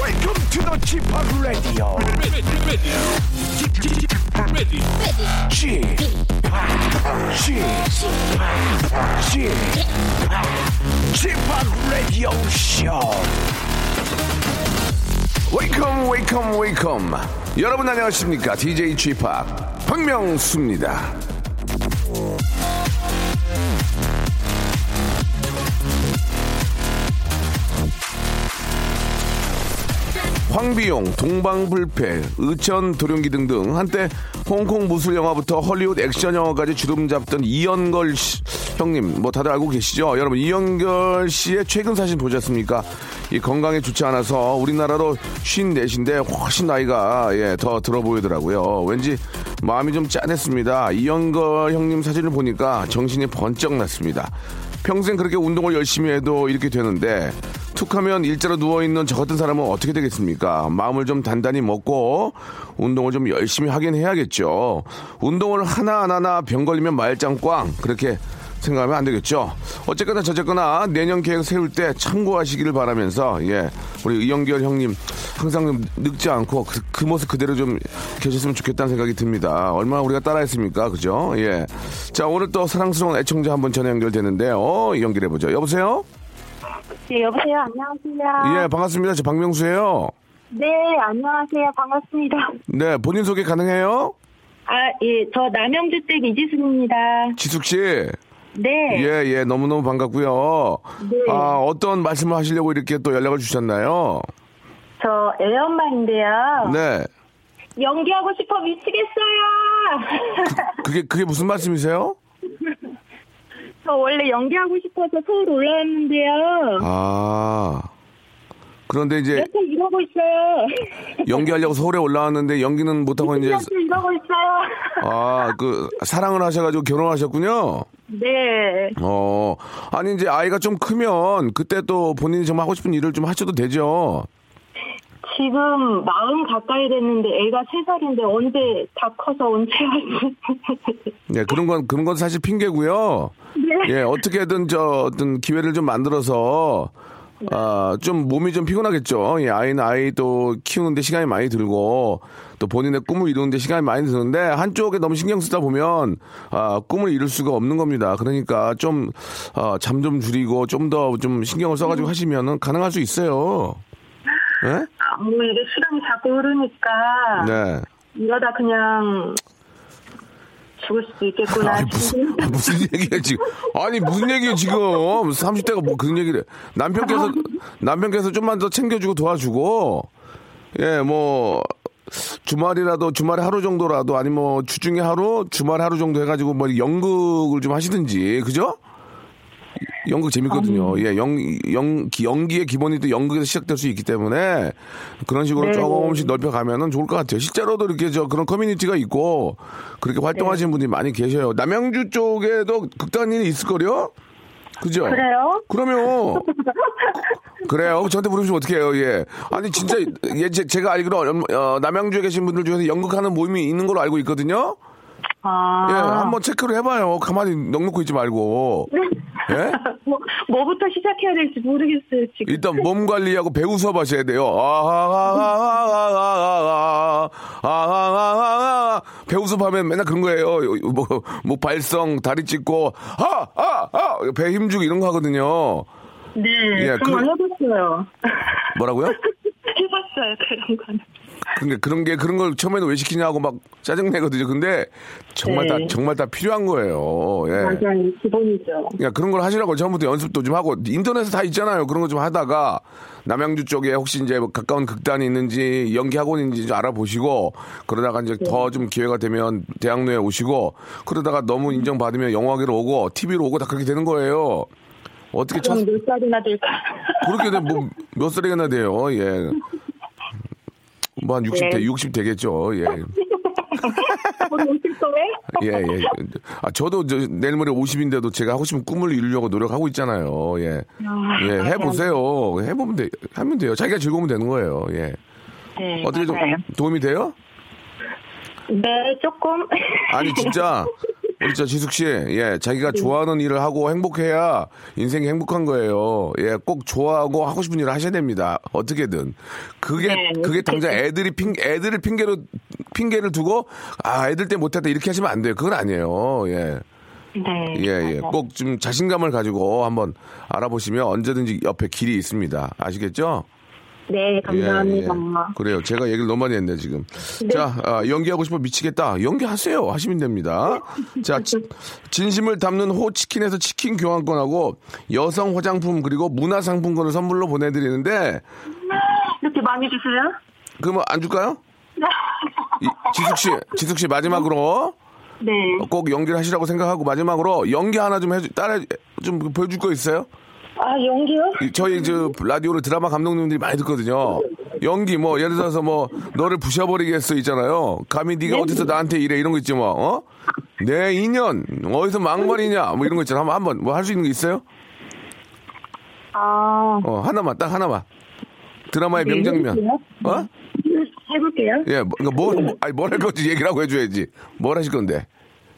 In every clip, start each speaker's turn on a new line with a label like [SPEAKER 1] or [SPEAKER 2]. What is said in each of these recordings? [SPEAKER 1] Welcome to the Chip Radio. Chip, Chip, Chip Radio Show.
[SPEAKER 2] 웨이컴 웨이컴 웨이컴 여러분 안녕하십니까 DJ g p 박명수입니다 황비용, 동방불패, 의천 도룡기 등등 한때 홍콩 무술 영화부터 헐리우드 액션 영화까지 주름 잡던 이연걸 씨, 형님 뭐 다들 알고 계시죠? 여러분 이연걸 씨의 최근 사진 보셨습니까? 이 건강에 좋지 않아서 우리나라로 54인데 훨씬 나이가 예, 더 들어 보이더라고요. 왠지 마음이 좀 짠했습니다. 이연걸 형님 사진을 보니까 정신이 번쩍 났습니다. 평생 그렇게 운동을 열심히 해도 이렇게 되는데 툭하면 일자로 누워있는 저 같은 사람은 어떻게 되겠습니까? 마음을 좀 단단히 먹고 운동을 좀 열심히 하긴 해야겠죠. 운동을 하나하나 병 걸리면 말짱 꽝 그렇게 생각하면 안 되겠죠. 어쨌거나 저쨌거나 내년 계획 세울 때 참고하시기를 바라면서 예 우리 이영결 형님 항상 좀 늙지 않고 그, 그 모습 그대로 좀 계셨으면 좋겠다는 생각이 듭니다. 얼마나 우리가 따라했습니까, 그죠? 예. 자 오늘 또 사랑스러운 애청자 한 분 전화 연결되는데요. 연결해 보죠. 여보세요.
[SPEAKER 3] 네, 여보세요. 안녕하세요.
[SPEAKER 2] 예 반갑습니다. 저 박명수예요.
[SPEAKER 3] 네, 안녕하세요. 반갑습니다.
[SPEAKER 2] 네 본인 소개 가능해요?
[SPEAKER 3] 아, 예, 저 남영주댁 이지순입니다.
[SPEAKER 2] 지숙 씨.
[SPEAKER 3] 네.
[SPEAKER 2] 예, 예, 너무너무 반갑고요.
[SPEAKER 3] 네.
[SPEAKER 2] 아, 어떤 말씀을 하시려고 이렇게 또 연락을 주셨나요?
[SPEAKER 3] 저 애엄마인데요.
[SPEAKER 2] 네.
[SPEAKER 3] 연기하고 싶어 미치겠어요.
[SPEAKER 2] 그게, 그게 무슨 말씀이세요?
[SPEAKER 3] 저 원래 연기하고 싶어서 서울 올라왔는데요.
[SPEAKER 2] 아. 그런데 이제
[SPEAKER 3] 몇해 이러고 있어요.
[SPEAKER 2] 연기하려고 서울에 올라왔는데 네. 연기는 못하고 어, 이제,
[SPEAKER 3] 몇해 이러고 있어요.
[SPEAKER 2] 아, 그, 사랑을 하셔가지고 결혼하셨군요.
[SPEAKER 3] 네.
[SPEAKER 2] 어. 아니, 이제 아이가 좀 크면 그때 또 본인이 정말 하고 싶은 일을 좀 하셔도 되죠.
[SPEAKER 3] 지금 마흔 가까이 됐는데 애가 세살인데 언제 다 커서 언제 할지.
[SPEAKER 2] 예, 그런 건, 그런 건 사실 핑계고요.
[SPEAKER 3] 네.
[SPEAKER 2] 예, 어떻게든 저 어떤 기회를 좀 만들어서 아, 좀 몸이 좀 피곤하겠죠. 예, 아이는 아이 또 키우는데 시간이 많이 들고 또 본인의 꿈을 이루는데 시간이 많이 드는데 한쪽에 너무 신경 쓰다 보면 아, 꿈을 이룰 수가 없는 겁니다. 그러니까 좀 잠 좀 줄이고 좀 더 좀 신경을 써가지고 하시면은 가능할 수 있어요. 예?
[SPEAKER 3] 아, 뭐 이게 시간이 자꾸
[SPEAKER 4] 아.
[SPEAKER 3] 흐르니까.
[SPEAKER 2] 네.
[SPEAKER 3] 이러다 그냥 죽을 수도 있겠구나.
[SPEAKER 2] 아니, 무슨,
[SPEAKER 3] 싶은-
[SPEAKER 2] 무슨 얘기야, 지금. 아니, 무슨 얘기야, 지금. 30대가 뭐 그런 얘기를 해. 남편께서, 남편께서 좀만 더 챙겨주고 도와주고, 예, 뭐, 주말이라도, 주말에 하루 정도라도, 아니 뭐, 주중에 하루, 주말에 하루 정도 해가지고, 뭐, 연극을 좀 하시든지, 그죠? 연극
[SPEAKER 3] 아, 음.
[SPEAKER 2] 재밌거든요. 예, 연, 연, 기- 연기의 기본이 또 연극에서 시작될 수 있기 때문에 그런 식으로
[SPEAKER 3] 네.
[SPEAKER 2] 조금씩 넓혀가면은 좋을 것 같아요. 실제로도 이렇게 저 그런 커뮤니티가 있고 그렇게
[SPEAKER 3] 네.
[SPEAKER 2] 활동하시는 분들이 많이 계셔요. 남양주 쪽에도 극단이 있을 거요. 그죠?
[SPEAKER 3] 그래요?
[SPEAKER 2] 그러면 그래요. 저한테 물으시면 어떡해요. 예. 아니 진짜 예, 제, 제가 알기로 얼마- 어, 남양주에 계신 분들 중에서 연극하는 모임이 있는 걸로 알고 있거든요.
[SPEAKER 3] 아. 네.
[SPEAKER 2] 예, 한번 체크를 해봐요. 가만히 넋놓고 있지 말고. 예?
[SPEAKER 3] 뭐, 뭐부터 시작해야 될지 모르겠어요, 지금.
[SPEAKER 2] 일단 몸 관리하고 배우 수업 하셔야 돼요. 아하하하하하하하. 아하하하하. 배우 수업 하면 맨날 그런 거예요. 뭐, 뭐 발성, 다리 찢고, 하! 아! 아! 배 힘주고 이런 거 하거든요.
[SPEAKER 3] 네.
[SPEAKER 2] 예,
[SPEAKER 3] 그런 건
[SPEAKER 2] 그-
[SPEAKER 3] 해봤어요.
[SPEAKER 2] 뭐라고요?
[SPEAKER 3] 해봤어요, 그런 거는.
[SPEAKER 2] 근데 그런 게, 그런 걸 처음에는 왜 시키냐고 막 짜증내거든요. 근데 정말 다,
[SPEAKER 3] 네.
[SPEAKER 2] 정말 다 필요한 거예요. 예.
[SPEAKER 3] 맞아요, 기본이죠.
[SPEAKER 2] 그러니까 그냥 그런 걸 하시라고 처음부터 연습도 좀 하고 인터넷에 다 있잖아요. 그런 거 좀 하다가 남양주 쪽에 혹시 이제 뭐 가까운 극단이 있는지 연기 학원인지 좀 알아보시고 그러다가 이제 더 좀 기회가 되면 대학로에 오시고 그러다가 너무 인정받으면 영화계로 오고 TV로 오고 다 그렇게 되는 거예요. 어떻게 첫,
[SPEAKER 4] 그럼 몇 살이나 될까?
[SPEAKER 2] 그렇게 되면 뭐, 몇 살이나 돼요, 예. 뭐 한 60대,
[SPEAKER 4] 네.
[SPEAKER 2] 60 되겠죠, 예.
[SPEAKER 4] 거기 오실 거예요?
[SPEAKER 2] 예, 예. 아, 저도 저 내일 모레 50인데도 제가 하고 싶은 꿈을 이루려고 노력하고 있잖아요, 예. 예, 해보세요. 해보면 돼, 하면 돼요. 자기가 즐거우면 되는 거예요, 예.
[SPEAKER 4] 네,
[SPEAKER 2] 어떻게 좀
[SPEAKER 4] 맞아요.
[SPEAKER 2] 도움이 돼요?
[SPEAKER 4] 네, 조금.
[SPEAKER 2] 아니 진짜 우리 저 지숙 씨, 예, 자기가
[SPEAKER 4] 네.
[SPEAKER 2] 좋아하는 일을 하고 행복해야 인생이 행복한 거예요. 예, 꼭 좋아하고 하고 싶은 일을 하셔야 됩니다. 어떻게든 그게
[SPEAKER 4] 네.
[SPEAKER 2] 그게 당장 애들이 핑 애들을 핑계로 핑계를 두고 아 애들 때 못했다 이렇게 하시면 안 돼요. 그건 아니에요. 예,
[SPEAKER 4] 네.
[SPEAKER 2] 예, 예,
[SPEAKER 4] 맞아요.
[SPEAKER 2] 꼭 좀 자신감을 가지고 한번 알아보시면 언제든지 옆에 길이 있습니다. 아시겠죠? 예,
[SPEAKER 4] 네, 감사합니다.
[SPEAKER 2] 그래요. 제가 얘기를 너무 많이 했네, 지금. 자, 아, 연기하고 싶어 미치겠다. 연기하세요. 하시면 됩니다. 자, 지- 진심을 담는 호치킨에서 치킨 교환권하고 여성 화장품 그리고 문화상품권을 선물로 보내드리는데,
[SPEAKER 4] 이렇게 많이 주세요?
[SPEAKER 2] 그러면 안 줄까요? 이- 지숙 씨, 지숙 씨 마지막으로
[SPEAKER 4] 네.
[SPEAKER 2] 꼭 연기를 하시라고 생각하고 마지막으로 연기 하나 좀 해주, 따라 좀 보여줄 거 있어요?
[SPEAKER 4] 아, 연기요?
[SPEAKER 2] 이- 저희 저 라디오를 드라마 감독님들이 많이 듣거든요. 연기 뭐 예를 들어서 뭐 너를 부셔버리겠어 있잖아요. 감히 네가 어디서 나한테 이래 이런 거 있지 뭐 어? 내 인연 어디서 막말이냐 뭐 이런 거 있잖아. 한번 한번 뭐 할 수 있는 거 있어요?
[SPEAKER 4] 아,
[SPEAKER 2] 어 하나만 딱 하나만 드라마의 명장면 어?
[SPEAKER 4] 해볼게요.
[SPEAKER 2] 예, 뭐, 그러니까 뭐, 뭐- 아니 뭘 할 건지 얘기를 하고 해줘야지. 뭘 하실 건데?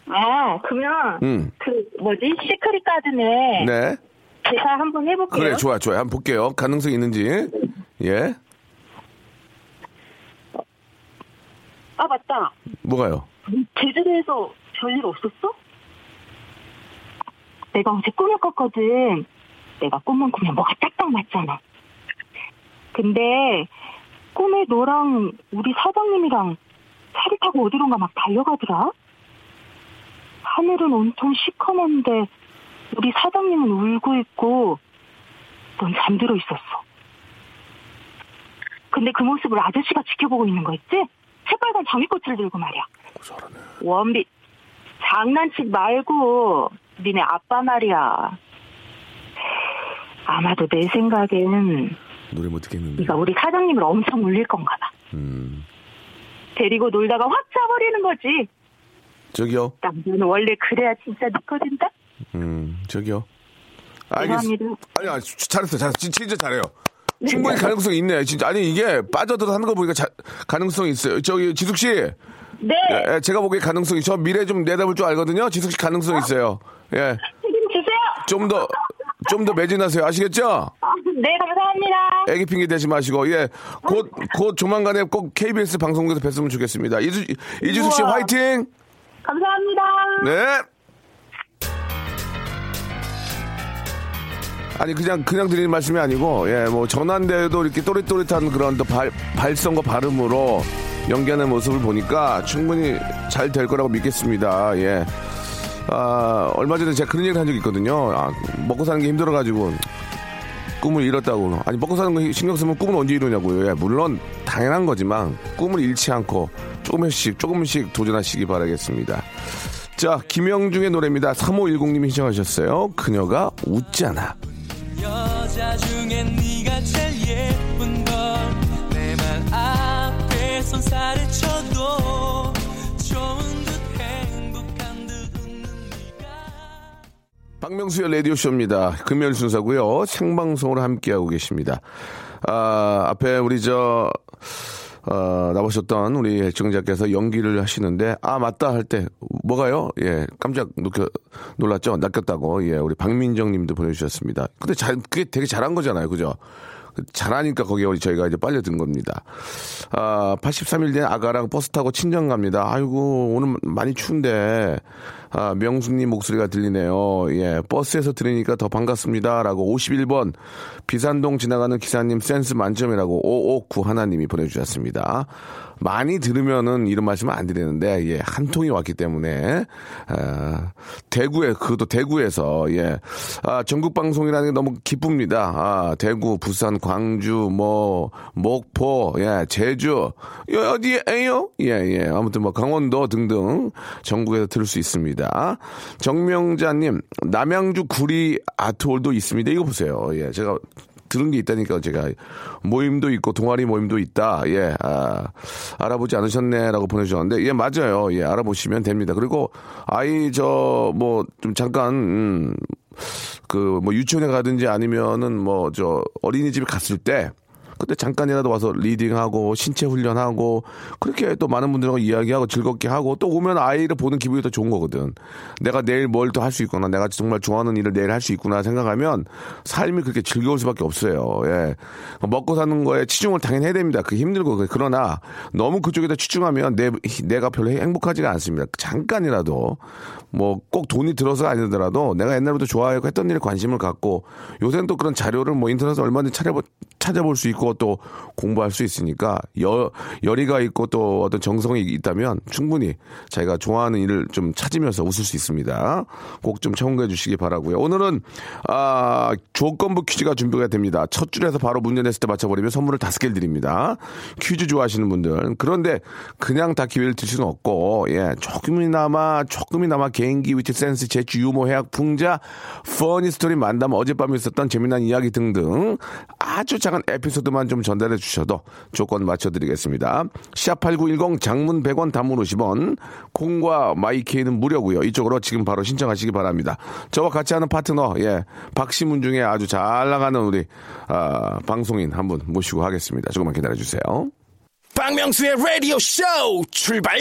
[SPEAKER 4] 아, 그러면,
[SPEAKER 2] 음.
[SPEAKER 4] 그, 뭐지, 시크릿 가든에
[SPEAKER 2] 네,
[SPEAKER 4] 제가 한번 해볼게요.
[SPEAKER 2] 그래 좋아 좋아 한번 볼게요. 가능성 있는지 예,
[SPEAKER 4] 아, 맞다.
[SPEAKER 2] 뭐가요?
[SPEAKER 4] 제주도에서 별일 없었어? 내가 어제 꿈을 꿨거든. 내가 꿈만 꾸면 뭐가 딱딱 맞잖아. 근데 꿈에 너랑 우리 사장님이랑 차를 타고 어디론가 막 달려가더라. 하늘은 온통 시커먼데 우리 사장님은 울고 있고 넌 잠들어 있었어. 근데 그 모습을 아저씨가 지켜보고 있는 거 있지? 새빨간 장미꽃을 들고 말이야. 원빈 장난치 말고 니네 아빠 말이야 아마도 내 생각엔
[SPEAKER 2] 노래 못 듣겠는데.
[SPEAKER 4] 네가 우리 사장님을 엄청 울릴 건가 봐
[SPEAKER 2] 음,
[SPEAKER 4] 데리고 놀다가 확 짜버리는 거지
[SPEAKER 2] 저기요.
[SPEAKER 4] 남자는 원래 그래야 진짜 믿거든다
[SPEAKER 2] 음, 저기요.
[SPEAKER 4] 죄송합니다. 네.
[SPEAKER 2] 알겠습니다. 아니, 아니, 잘했어, 잘했어. 진- 진짜 잘해요. 충분히 가능성이 있네. 진짜. 아니, 이게 빠져들어 하는 거 보니까 자- 가능성이 있어요. 저기, 지숙 씨.
[SPEAKER 4] 네
[SPEAKER 2] 예, 예, 제가 보기에 가능성이, 저 미래 좀 내다볼 줄 알거든요. 지숙 씨 가능성
[SPEAKER 4] 네.
[SPEAKER 2] 있어요. 예.
[SPEAKER 4] 책임주세요
[SPEAKER 2] 좀 더, 좀 더 매진하세요. 아시겠죠?
[SPEAKER 4] 아, 네 감사합니다
[SPEAKER 2] 애기 핑계 대지 마시고,
[SPEAKER 4] 아, 네.
[SPEAKER 2] 예. 곧, 곧 조만간에 꼭 KBS 방송국에서 뵀으면 좋겠습니다. 이주, 이지숙 씨
[SPEAKER 4] 우와.
[SPEAKER 2] 화이팅!
[SPEAKER 4] 감사합니다
[SPEAKER 2] 네. 아니 그냥 그냥 드리는 말씀이 아니고 예뭐 전환대에도 이렇게 또릿또릿한 그런 또 발, 발성과 발음으로 연기하는 모습을 보니까 충분히 잘 될 거라고 믿겠습니다 예. 아 얼마 전에 제가 그런 얘기를 한 적이 있거든요 아, 먹고 사는 게 힘들어가지고 꿈을 잃었다고 아니 먹고 사는 거 신경 쓰면 꿈은 언제 이루냐고요 예, 물론 당연한 거지만 꿈을 잃지 않고 조금씩 조금씩 도전하시기 바라겠습니다 자, 김영중의 노래입니다. 3510님이 신청하셨어요. 그녀가 웃잖아.
[SPEAKER 5] 여자 중에 네가 제일 예쁜 걸 내 말 앞에 손살을 쳐도 좋은 듯 행복한 듯 웃는 네가
[SPEAKER 2] 박명수의 라디오쇼입니다. 금요일 순서고요 생방송으로 함께하고 계십니다. 아, 앞에 우리 저, 어, 나오셨던 우리 애청자께서 연기를 하시는데, 아, 맞다 할 때, 뭐가요? 예, 깜짝 놀 놀랐죠? 낚였다고, 예, 우리 박민정 님도 보내주셨습니다. 근데 잘, 그게 되게 잘한 거잖아요. 그죠? 잘하니까 거기에 우리 저희가 이제 빨려든 겁니다. 아, 83일 된 아가랑 버스 타고 친정 갑니다. 아이고, 오늘 많이 추운데, 아, 명수님 목소리가 들리네요. 예, 버스에서 들으니까 더 반갑습니다. 라고 51번, 비산동 지나가는 기사님 센스 만점이라고 559 하나님이 보내주셨습니다. 많이 들으면은 이런 말씀은 안 드리는데, 예, 한 통이 왔기 때문에, 아, 대구에, 그것도 대구에서, 예, 아, 전국 방송이라는 게 너무 기쁩니다. 아, 대구, 부산, 광주, 뭐, 목포, 예, 제주, 여- 어디에요? 예, 예, 아무튼 뭐, 강원도 등등 전국에서 들을 수 있습니다. 있습니다. 정명자님, 남양주 구리 아트홀도 있습니다. 이거 보세요. 예, 제가 들은 게 있다니까 제가 모임도 있고 동아리 모임도 있다. 예, 아, 알아보지 않으셨네라고 보내주셨는데 예 맞아요. 예 알아보시면 됩니다. 그리고 아이 저 뭐 좀 잠깐 음, 그 뭐 유치원에 가든지 아니면은 뭐 저 어린이집에 갔을 때 그때 잠깐이라도 와서 리딩하고 신체 훈련하고 그렇게 또 많은 분들하고 이야기하고 즐겁게 하고 또 오면 아이를 보는 기분이 더 좋은 거거든. 내가 내일 뭘 또 할 수 있구나. 내가 정말 좋아하는 일을 내일 할 수 있구나 생각하면 삶이 그렇게 즐거울 수밖에 없어요. 예. 먹고 사는 거에 치중을 당연히 해야 됩니다. 그게 힘들고 그게. 그러나 너무 그쪽에다 치중하면 내 내가 별로 행복하지가 않습니다. 잠깐이라도 뭐 꼭 돈이 들어서 아니더라도 내가 옛날부터 좋아하고 했던 일에 관심을 갖고 요새는 또 그런 자료를 뭐 인터넷에 얼마든지 찾아보, 찾아볼 수 있고 또 공부할 수 있으니까 여, 열의가 있고 또 어떤 정성이 있다면 충분히 자기가 좋아하는 일을 좀 찾으면서 웃을 수 있습니다. 꼭 좀 참고해 주시기 바라고요. 오늘은 아, 조건부 퀴즈가 준비가 됩니다. 첫 줄에서 바로 문제 냈을 때 맞춰버리면 선물을 다섯 개를 드립니다. 퀴즈 좋아하시는 분들 그런데 그냥 다 기회를 드릴 수는 없고 예 조금이나마 조금이나마 개인기 위치 센스 재치 유머 해학 풍자 퍼니 스토리 만담 어젯밤에 있었던 재미난 이야기 등등 아주 작은 에피소드만 좀 전달해 주셔도 조건 맞춰드리겠습니다 샵8910 장문 100원 단문 50원 콩과 마이케이는 무료고요 이쪽으로 지금 바로 신청하시기 바랍니다 저와 같이 하는 파트너 예 박시문 중에 아주 잘 나가는 우리 아, 방송인 한 분 모시고 하겠습니다 조금만 기다려 주세요
[SPEAKER 1] 박명수의 라디오 쇼 출발!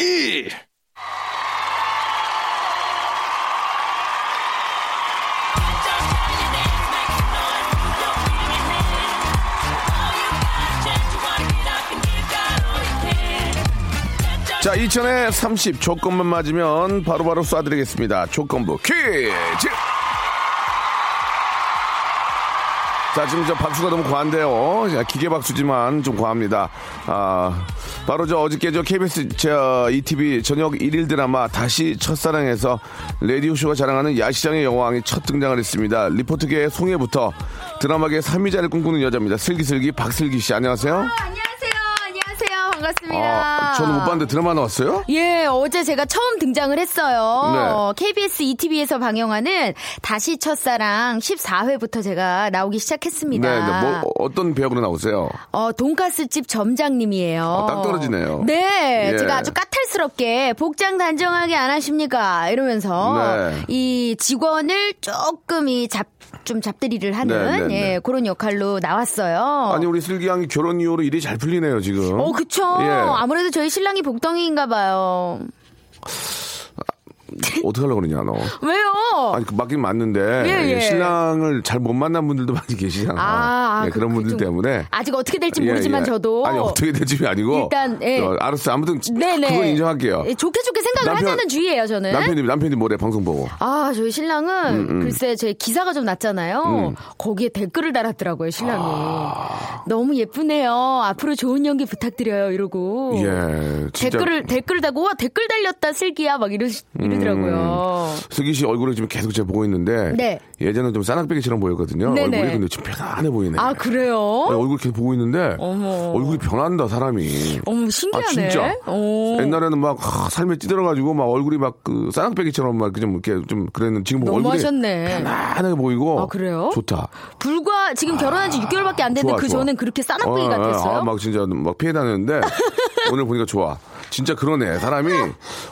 [SPEAKER 2] 자, 2000에 30 조건만 맞으면 바로바로 쏴드리겠습니다. 조건부 퀴즈! 자, 지금 저 박수가 너무 과한데요. 자, 기계 박수지만 좀 과합니다. 아, 바로 저 어저께 저 KBS 저 ETV 저녁 1일 드라마 다시 첫사랑에서 라디오쇼가 자랑하는 야시장의 여왕이 첫 등장을 했습니다. 리포트계의 송해부터 드라마계 3위자를 꿈꾸는 여자입니다. 슬기슬기 박슬기 씨, 안녕하세요.
[SPEAKER 6] 안녕하세요. 안녕하세요. 반갑습니다.
[SPEAKER 2] 아, 저는 못 봤는데 드라마 나왔어요?
[SPEAKER 6] 예, 어제 제가 처음 등장을 했어요.
[SPEAKER 2] 네.
[SPEAKER 6] KBS ETV에서 방영하는 다시 첫사랑 14회부터 제가 나오기 시작했습니다.
[SPEAKER 2] 네, 네. 뭐, 어, 어떤 배역으로 나오세요?
[SPEAKER 6] 어, 돈가스집 점장님이에요.
[SPEAKER 2] 어, 딱 떨어지네요.
[SPEAKER 6] 네,
[SPEAKER 2] 예.
[SPEAKER 6] 제가 아주 까탈스럽게 복장 단정하게 안 하십니까? 이러면서
[SPEAKER 2] 네.
[SPEAKER 6] 이 직원을 조금 이 잡, 좀 잡들이를
[SPEAKER 2] 네,
[SPEAKER 6] 하는
[SPEAKER 2] 네,
[SPEAKER 6] 예, 그런 역할로 나왔어요.
[SPEAKER 2] 아니, 우리 슬기 양이 결혼 이후로 일이 잘 풀리네요, 지금.
[SPEAKER 6] 어, 그쵸.
[SPEAKER 2] 예.
[SPEAKER 6] 아무래도 저희 신랑이 복덩이인가 봐요.
[SPEAKER 2] 어떡하려고 그러냐, 너.
[SPEAKER 6] 왜요?
[SPEAKER 2] 아니, 그 맞긴 맞는데.
[SPEAKER 6] 예, 예.
[SPEAKER 2] 신랑을 잘 못 만난 분들도 많이 계시잖아.
[SPEAKER 6] 아, 아,
[SPEAKER 2] 예,
[SPEAKER 6] 그-
[SPEAKER 2] 그런
[SPEAKER 6] 그
[SPEAKER 2] 분들
[SPEAKER 6] 좀-
[SPEAKER 2] 때문에.
[SPEAKER 6] 아직 어떻게 될지
[SPEAKER 2] 예,
[SPEAKER 6] 모르지만
[SPEAKER 2] 예.
[SPEAKER 6] 저도
[SPEAKER 2] 아니, 어떻게 될지 아니고.
[SPEAKER 6] 일단, 예.
[SPEAKER 2] 어, 알았어요. 아무튼.
[SPEAKER 6] 네네
[SPEAKER 2] 그건 인정할게요.
[SPEAKER 6] 예, 네. 좋게 좋게 생각을
[SPEAKER 2] 남편-
[SPEAKER 6] 하자는 주의예요 저는.
[SPEAKER 2] 남편이, 음, 남편이 뭐래, 방송 보고.
[SPEAKER 6] 아 저희 신랑은 글쎄 제 기사가 좀 났잖아요.
[SPEAKER 2] 음.
[SPEAKER 6] 거기에 댓글을 달았더라고요 신랑이.
[SPEAKER 2] 아.
[SPEAKER 6] 너무 예쁘네요. 앞으로 좋은 연기 부탁드려요 이러고.
[SPEAKER 2] 예. 진짜.
[SPEAKER 6] 어. 댓글을 댓글 달고 와 댓글 달렸다 슬기야 막 이러 이러더라고요.
[SPEAKER 2] 슬기 씨 얼굴을 지금 계속 제가 보고 있는데.
[SPEAKER 6] 네.
[SPEAKER 2] 예전엔 좀 싸낙배기처럼 보였거든요.
[SPEAKER 6] 네네.
[SPEAKER 2] 얼굴이 근데 지금 편안해 보이네.
[SPEAKER 6] 아 그래요?
[SPEAKER 2] 아니, 얼굴 계속 보고 있는데
[SPEAKER 6] 어머.
[SPEAKER 2] 얼굴이 변한다 사람이.
[SPEAKER 6] 어머
[SPEAKER 2] 아
[SPEAKER 6] 신기하네.
[SPEAKER 2] 진짜.
[SPEAKER 6] 오.
[SPEAKER 2] 옛날에는 막 하, 삶에 찌들어가지고 막 얼굴이 막 그 싸랑빼기처럼 막 좀 이렇게 좀 그랬는데 지금 뭐
[SPEAKER 6] 너무
[SPEAKER 2] 얼굴이
[SPEAKER 6] 하셨네.
[SPEAKER 2] 편안하게 보이고.
[SPEAKER 6] 아, 그래요?
[SPEAKER 2] 좋다.
[SPEAKER 6] 불과 지금 결혼한 지 6개월밖에 안 됐는데
[SPEAKER 2] 좋아,
[SPEAKER 6] 그
[SPEAKER 2] 좋아.
[SPEAKER 6] 전엔 그렇게 싸납둥이
[SPEAKER 2] 어,
[SPEAKER 6] 같았어요.
[SPEAKER 2] 아, 막 진짜 막 피해 다녔는데 오늘 보니까 좋아. 진짜 그러네. 사람이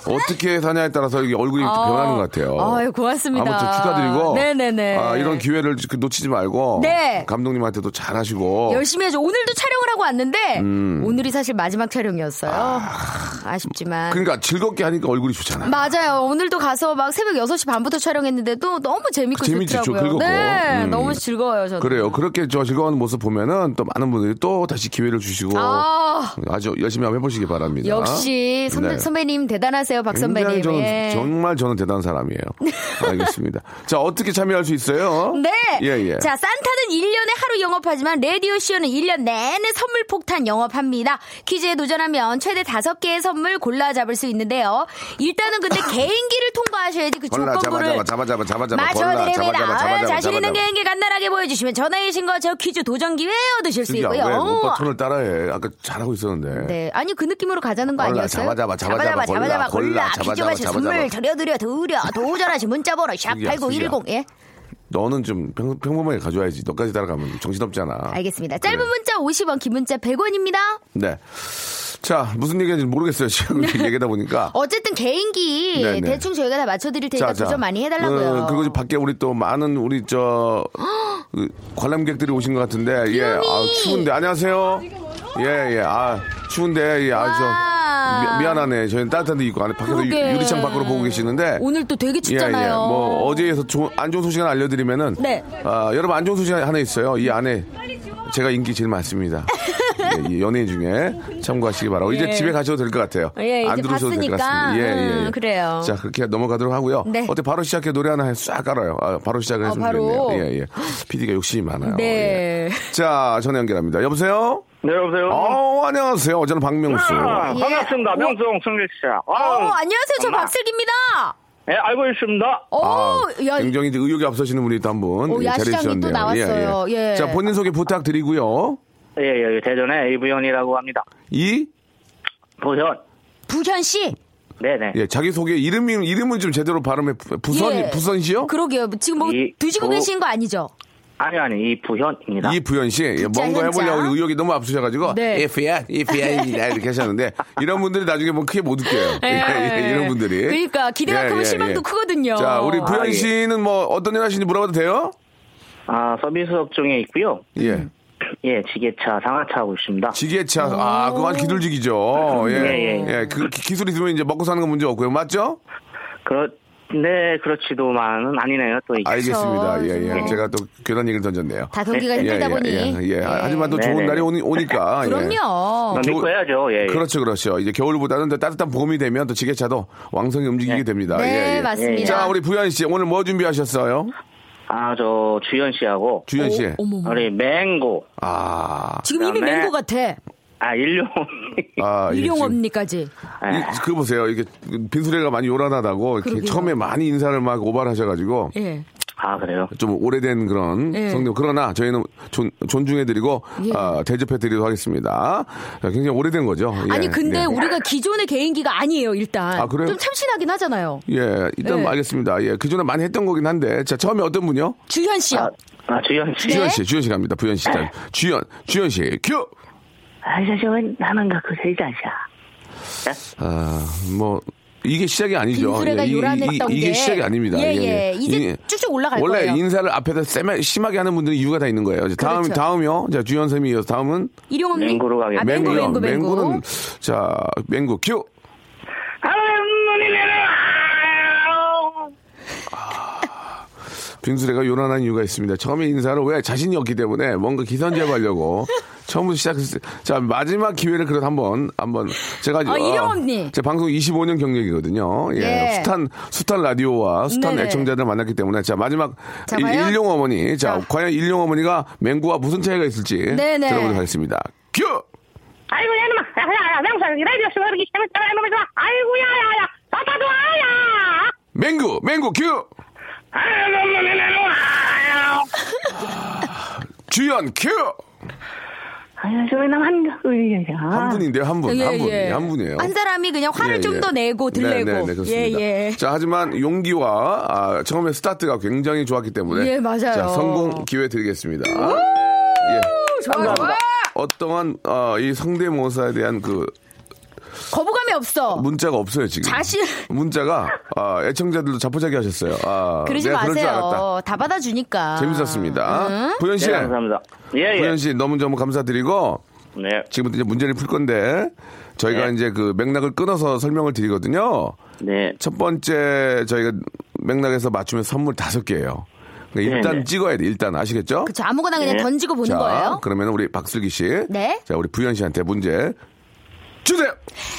[SPEAKER 2] 어떻게 사냐에 따라서 이게 얼굴이 이렇게
[SPEAKER 6] 아,
[SPEAKER 2] 변하는 것 같아요.
[SPEAKER 6] 아유, 고맙습니다.
[SPEAKER 2] 아무튼 축하드리고.
[SPEAKER 6] 네네네.
[SPEAKER 2] 아, 이런 기회를 그 놓치지 말고.
[SPEAKER 6] 네.
[SPEAKER 2] 감독님한테도 잘하시고.
[SPEAKER 6] 열심히 해줘. 오늘도 촬영을 하고 왔는데
[SPEAKER 2] 음.
[SPEAKER 6] 오늘이 사실 마지막 촬영이었어요. 아... 쉽지만
[SPEAKER 2] 그러니까 즐겁게 하니까 얼굴이 좋잖아.
[SPEAKER 6] 맞아요. 오늘도 가서 막 새벽 6시 반부터 촬영했는데도 너무 재밌고
[SPEAKER 2] 재밌지,
[SPEAKER 6] 좋더라고요.
[SPEAKER 2] 즐겁고.
[SPEAKER 6] 네,
[SPEAKER 2] 음.
[SPEAKER 6] 너무 즐거워요. 저는.
[SPEAKER 2] 그래요. 그렇게 저 즐거운 모습 보면은 또 많은 분들이 또 다시 기회를 주시고
[SPEAKER 6] 아.
[SPEAKER 2] 아주 열심히 한번 해보시기 바랍니다.
[SPEAKER 6] 역시 선배,
[SPEAKER 2] 네.
[SPEAKER 6] 선배님 대단하세요, 박 선배님.
[SPEAKER 2] 굉장히 저는
[SPEAKER 6] 예.
[SPEAKER 2] 정말 저는 대단한 사람이에요. 알겠습니다. 자 어떻게 참여할 수 있어요?
[SPEAKER 6] 네.
[SPEAKER 2] 예예.
[SPEAKER 6] 자, 산타는 1년에 하루 영업하지만 라디오쇼는 1년 내내 선물 폭탄 영업합니다. 퀴즈에 도전하면 최대 5개의 선물 골라 잡을 수 있는데요. 일단은 근데 개인기를 통과하셔야지 그
[SPEAKER 2] 걸라 잡아
[SPEAKER 6] 조건부를
[SPEAKER 2] 잡아 잡아 잡아 잡아 잡아 걸라 잡아
[SPEAKER 6] 맞춰드립니다.
[SPEAKER 2] 잡아 잡아
[SPEAKER 6] 아,
[SPEAKER 2] 잡아
[SPEAKER 6] 자신
[SPEAKER 2] 잡아 잡아
[SPEAKER 6] 있는 개인기 간단하게 보여주시면 전화의 신고 저 퀴즈 도전 기회 얻으실 수
[SPEAKER 2] 야, 왜 예, 오빠
[SPEAKER 6] 있고요.
[SPEAKER 2] 톤을 따라해 아까 잘하고 있었는데
[SPEAKER 6] 네, 아니 그 느낌으로 가자는 거
[SPEAKER 2] 골라, 잡아,
[SPEAKER 6] 아니었어요?
[SPEAKER 2] 잡아, 잡아, 잡아,
[SPEAKER 6] 잡아,
[SPEAKER 2] 골라,
[SPEAKER 6] 잡아, 골라,
[SPEAKER 2] 잡아,
[SPEAKER 6] 비교 마시
[SPEAKER 2] 잡아,
[SPEAKER 6] 선물
[SPEAKER 2] 잡아.
[SPEAKER 6] 드려드려 도우려 도우전하시 문자번호 샵
[SPEAKER 2] 숙이야,
[SPEAKER 6] 8910 예,
[SPEAKER 2] 너는 좀 평, 평범하게 가져와야지 너까지 따라가면 정신없잖아
[SPEAKER 6] 알겠습니다. 짧은 문자 50원, 긴 문자 100원입니다.
[SPEAKER 2] 네. 자 무슨 얘기하는지 모르겠어요
[SPEAKER 6] 네.
[SPEAKER 2] 지금 이렇게 얘기하다 보니까
[SPEAKER 6] 어쨌든 개인기
[SPEAKER 2] 네, 네.
[SPEAKER 6] 대충 저희가 다 맞춰드릴 테니까 도전 많이 해달라고요.
[SPEAKER 2] 어, 그리고 이제 밖에 우리 또 많은 우리 저 그, 관람객들이 오신 것 같은데 예, 아, 추운데
[SPEAKER 6] 아,
[SPEAKER 2] 안녕하세요. 예, 예, 아 추운데 예,
[SPEAKER 6] 와.
[SPEAKER 2] 아저 미안하네. 저희는 따뜻한데 입고 안에 밖에서 유-
[SPEAKER 6] 그러게.
[SPEAKER 2] 유리창 밖으로 보고 계시는데
[SPEAKER 6] 오늘 또 되게 춥잖아요.
[SPEAKER 2] 예, 예. 뭐 어제에서 좋은- 안 좋은 소식 하나 알려드리면은
[SPEAKER 6] 네.
[SPEAKER 2] 아, 여러분 안 좋은 소식 하나 있어요. 이 안에 제가 인기 제일 많습니다. 예, 이 연예인 중에 참고하시기 바라고 이제 집에 가셔도 될 것 같아요.
[SPEAKER 6] 예,
[SPEAKER 2] 안
[SPEAKER 6] 이제
[SPEAKER 2] 들으셔도 될 것 같습니다.
[SPEAKER 6] 봤으니까.
[SPEAKER 2] 예, 예, 예.
[SPEAKER 6] 음, 그래요.
[SPEAKER 2] 자 그렇게 넘어가도록 하고요.
[SPEAKER 6] 네.
[SPEAKER 2] 어때 바로 시작해 노래 하나 싹 깔아요. 아, 바로 시작을 했으면
[SPEAKER 6] 바로.
[SPEAKER 2] 좋겠네요. 예, 예. PD가 욕심이 많아요.
[SPEAKER 6] 네.
[SPEAKER 2] 예. 자 전화 연결합니다. 여보세요.
[SPEAKER 4] 네, 여보세요.
[SPEAKER 2] 어 안녕하세요. 저는 박명수.
[SPEAKER 4] 아,
[SPEAKER 6] 예.
[SPEAKER 4] 반갑습니다. 명수홍 승객 씨. 아,
[SPEAKER 6] 어, 안녕하세요, 저
[SPEAKER 4] 정말.
[SPEAKER 6] 박슬기입니다.
[SPEAKER 4] 예, 알고 있습니다.
[SPEAKER 2] 아,
[SPEAKER 6] 오, 어, 야,
[SPEAKER 2] 굉장히 이제 의욕이 앞서시는 분이 또 한 분
[SPEAKER 6] 오,
[SPEAKER 2] 예,
[SPEAKER 6] 야시장이
[SPEAKER 2] 자리해주셨네요.
[SPEAKER 6] 또 나왔어요. 예.
[SPEAKER 2] 자, 본인 소개 부탁드리고요.
[SPEAKER 4] 예, 예, 대전의 이부현이라고 합니다.
[SPEAKER 2] 이,
[SPEAKER 4] 부현.
[SPEAKER 6] 부현 씨.
[SPEAKER 4] 네네.
[SPEAKER 2] 예, 자기 소개 이름 이름은 좀 제대로 발음해 부- 부선
[SPEAKER 6] 예.
[SPEAKER 2] 부선 씨요?
[SPEAKER 6] 그러게요. 지금 뭐
[SPEAKER 4] 이-
[SPEAKER 6] 드시고
[SPEAKER 4] 어.
[SPEAKER 6] 계신 거 아니죠?
[SPEAKER 4] 아니, 아니, 이부현입니다.
[SPEAKER 2] 이부연 씨, 예, 뭔가
[SPEAKER 6] 현장.
[SPEAKER 2] 해보려고 의욕이 너무 앞서셔가지고
[SPEAKER 6] 네.
[SPEAKER 2] 이부연, 이부연 이렇게 하셨는데 이런 분들이 나중에 보면 크게 못 웃겨요. 예, 예, 이런 분들이. 예,
[SPEAKER 6] 그러니까 기대만큼은 실망도 크거든요.
[SPEAKER 2] 자, 우리 부연
[SPEAKER 4] 아, 예.
[SPEAKER 2] 씨는 뭐 어떤 일 하시는지 물어봐도 돼요?
[SPEAKER 4] 아, 서비스업 중에 있고요.
[SPEAKER 2] 예.
[SPEAKER 4] 예, 지게차, 상하차 하고 있습니다.
[SPEAKER 2] 지게차,
[SPEAKER 6] 어.
[SPEAKER 2] 아, 그건 기둘지기죠. 예,
[SPEAKER 4] 예,
[SPEAKER 2] 예, 그 기- 기술이 있으면 이제 먹고 사는 건 문제 없고요, 맞죠?
[SPEAKER 4] 그렇, 네, 그렇지도만은 아니네요, 또 이게.
[SPEAKER 2] 알겠습니다. 예, 예.
[SPEAKER 6] 요즘에.
[SPEAKER 2] 제가 또 괜한 얘기를 던졌네요.
[SPEAKER 6] 다 경기가 힘들다 보니.
[SPEAKER 2] 예, 예, 예. 하지만 또
[SPEAKER 4] 네,
[SPEAKER 2] 좋은
[SPEAKER 4] 네.
[SPEAKER 2] 날이 오니, 오니까. 예.
[SPEAKER 6] 그럼요.
[SPEAKER 4] 넌 믿고 해야죠, 예. 예.
[SPEAKER 2] 그렇죠, 그렇죠. 이제 겨울보다는 더 따뜻한 봄이 되면 또 지게차도 왕성히 움직이게 됩니다.
[SPEAKER 6] 네,
[SPEAKER 2] 예, 예.
[SPEAKER 6] 맞습니다.
[SPEAKER 2] 자, 우리 부현 씨, 오늘 뭐 준비하셨어요?
[SPEAKER 4] 아, 저, 주현 씨하고,
[SPEAKER 2] 주현 씨.
[SPEAKER 6] 어머머.
[SPEAKER 4] 우리 맹고,
[SPEAKER 2] 아,
[SPEAKER 6] 지금 이미
[SPEAKER 4] 그다음에-
[SPEAKER 6] 맹고 같아.
[SPEAKER 4] 아, 일용.
[SPEAKER 2] 아, 이게 지금
[SPEAKER 6] 일용업니까지.
[SPEAKER 4] 아,
[SPEAKER 2] 이, 그거 보세요. 이게 빈소리가 많이 요란하다고 이렇게
[SPEAKER 6] 그러게요.
[SPEAKER 2] 처음에 많이 인사를 막 오발하셔가지고
[SPEAKER 6] 예.
[SPEAKER 4] 아, 그래요?
[SPEAKER 2] 좀 오래된 그런
[SPEAKER 6] 예.
[SPEAKER 2] 성대 그러나 저희는 존, 존중해드리고
[SPEAKER 6] 예.
[SPEAKER 2] 아, 대접해드리도록 하겠습니다. 자, 굉장히 오래된 거죠. 예,
[SPEAKER 6] 아니 근데
[SPEAKER 2] 예.
[SPEAKER 6] 우리가 기존의 개인기가 아니에요 일단.
[SPEAKER 2] 아, 그래요?
[SPEAKER 6] 좀 참신하긴 하잖아요.
[SPEAKER 2] 예, 일단
[SPEAKER 6] 예.
[SPEAKER 2] 알겠습니다. 예, 그 전에 많이 했던 거긴 한데, 자, 처음에 어떤 분이요?
[SPEAKER 6] 주현 씨요.
[SPEAKER 4] 아, 아 주현
[SPEAKER 6] 네.
[SPEAKER 4] 씨.
[SPEAKER 2] 주현 씨, 주현 씨 갑니다. 부현 씨. 자, 주현, 주현 씨, 큐!
[SPEAKER 4] 아저씨는 나는 갖고 살자, 자.
[SPEAKER 2] 아, 뭐, 이게 시작이 아니죠.
[SPEAKER 6] 빈수레가
[SPEAKER 2] 예, 이-
[SPEAKER 6] 요란했던
[SPEAKER 2] 이, 게
[SPEAKER 6] 게.
[SPEAKER 2] 시작이 아닙니다.
[SPEAKER 6] 예, 예. 이제 쭉쭉 올라갈
[SPEAKER 2] 원래
[SPEAKER 6] 거예요.
[SPEAKER 2] 인사를 앞에서 세마, 심하게 하는 분들은 이유가 다 있는 거예요. 이제 다음,
[SPEAKER 6] 그렇죠.
[SPEAKER 2] 다음이요. 자, 주현 쌤이 이어서 다음은
[SPEAKER 6] 일용업니.
[SPEAKER 4] 맹고로 가겠-
[SPEAKER 6] 아, 맹고
[SPEAKER 2] 맹구요.
[SPEAKER 6] 맹고 맹고.
[SPEAKER 2] 맹구는, 자, 맹구, 큐! 빙수레가 요란한 이유가 있습니다. 처음에 인사를 왜 자신이 없기 때문에 뭔가 기선제압하려고 처음부터 시작했어요. 자 마지막 기회를 그래도 한번 한번 제가 어,
[SPEAKER 6] 아, 이령 언니.
[SPEAKER 2] 제 방송 25년 경력이거든요. 예,
[SPEAKER 6] 예.
[SPEAKER 2] 숱한 숱한 라디오와 숱한
[SPEAKER 6] 네네.
[SPEAKER 2] 애청자들 만났기 때문에 자 마지막
[SPEAKER 6] 자,
[SPEAKER 2] 일-
[SPEAKER 6] 과연?
[SPEAKER 2] 일용 어머니 자,
[SPEAKER 6] 자.
[SPEAKER 2] 과연 일용 어머니가 맹구와 무슨 차이가 있을지
[SPEAKER 6] 네네.
[SPEAKER 2] 들어보도록 하겠습니다. 큐.
[SPEAKER 4] 아이고 야놈아 야야 명수야 이래야 시원기 시험을 따라 이놈아 좋아 아이고 야야야 나타도 아야
[SPEAKER 2] 맹구, 맹구, 큐! 주연, 큐!
[SPEAKER 4] 아유 저기 나한
[SPEAKER 2] 한
[SPEAKER 4] 야
[SPEAKER 2] 분인데요, 한 분.
[SPEAKER 6] 예,
[SPEAKER 2] 한 분.
[SPEAKER 6] 예.
[SPEAKER 2] 한 분이에요.
[SPEAKER 6] 한 사람이 그냥 화를
[SPEAKER 2] 예,
[SPEAKER 6] 좀
[SPEAKER 2] 예.
[SPEAKER 6] 더 내고 들레고.
[SPEAKER 2] 네, 네, 네, 그렇습니다.
[SPEAKER 6] 예, 예.
[SPEAKER 2] 자, 하지만 용기와 아, 처음에 스타트가 굉장히 좋았기 때문에
[SPEAKER 6] 예, 맞아요.
[SPEAKER 2] 자, 성공 기회 드리겠습니다. 예.
[SPEAKER 6] 좋아, 좋아.
[SPEAKER 2] 어떠한 어, 이 성대모사에 대한 그
[SPEAKER 6] 거부감이 없어.
[SPEAKER 2] 문자가 없어요 지금.
[SPEAKER 6] 자신-
[SPEAKER 2] 문자가 아, 애청자들도 자포자기 하셨어요. 아,
[SPEAKER 6] 그러지
[SPEAKER 2] 내가 그럴 줄 알았다.
[SPEAKER 6] 마세요. 다 받아주니까.
[SPEAKER 2] 재밌었습니다. 보현 씨,
[SPEAKER 4] 네, 감사합니다 예예
[SPEAKER 2] 보현 씨 너무 너무 감사드리고
[SPEAKER 4] 네
[SPEAKER 2] 지금부터 이제 문제를 풀 건데 저희가
[SPEAKER 6] 예.
[SPEAKER 4] 네.
[SPEAKER 2] 이제 그 맥락을 끊어서 설명을 드리거든요.
[SPEAKER 4] 네.
[SPEAKER 2] 첫 번째 저희가 맥락에서 맞추면 선물 다섯 개예요. 그러니까 일단
[SPEAKER 4] 네네.
[SPEAKER 2] 찍어야 돼. 일단 아시겠죠?
[SPEAKER 6] 그쵸 아무거나 그냥
[SPEAKER 4] 네.
[SPEAKER 6] 던지고 보는
[SPEAKER 2] 자,
[SPEAKER 6] 거예요.
[SPEAKER 2] 그러면 우리 박슬기 씨,
[SPEAKER 6] 네.
[SPEAKER 2] 자 우리 부현 씨한테 문제 주세요.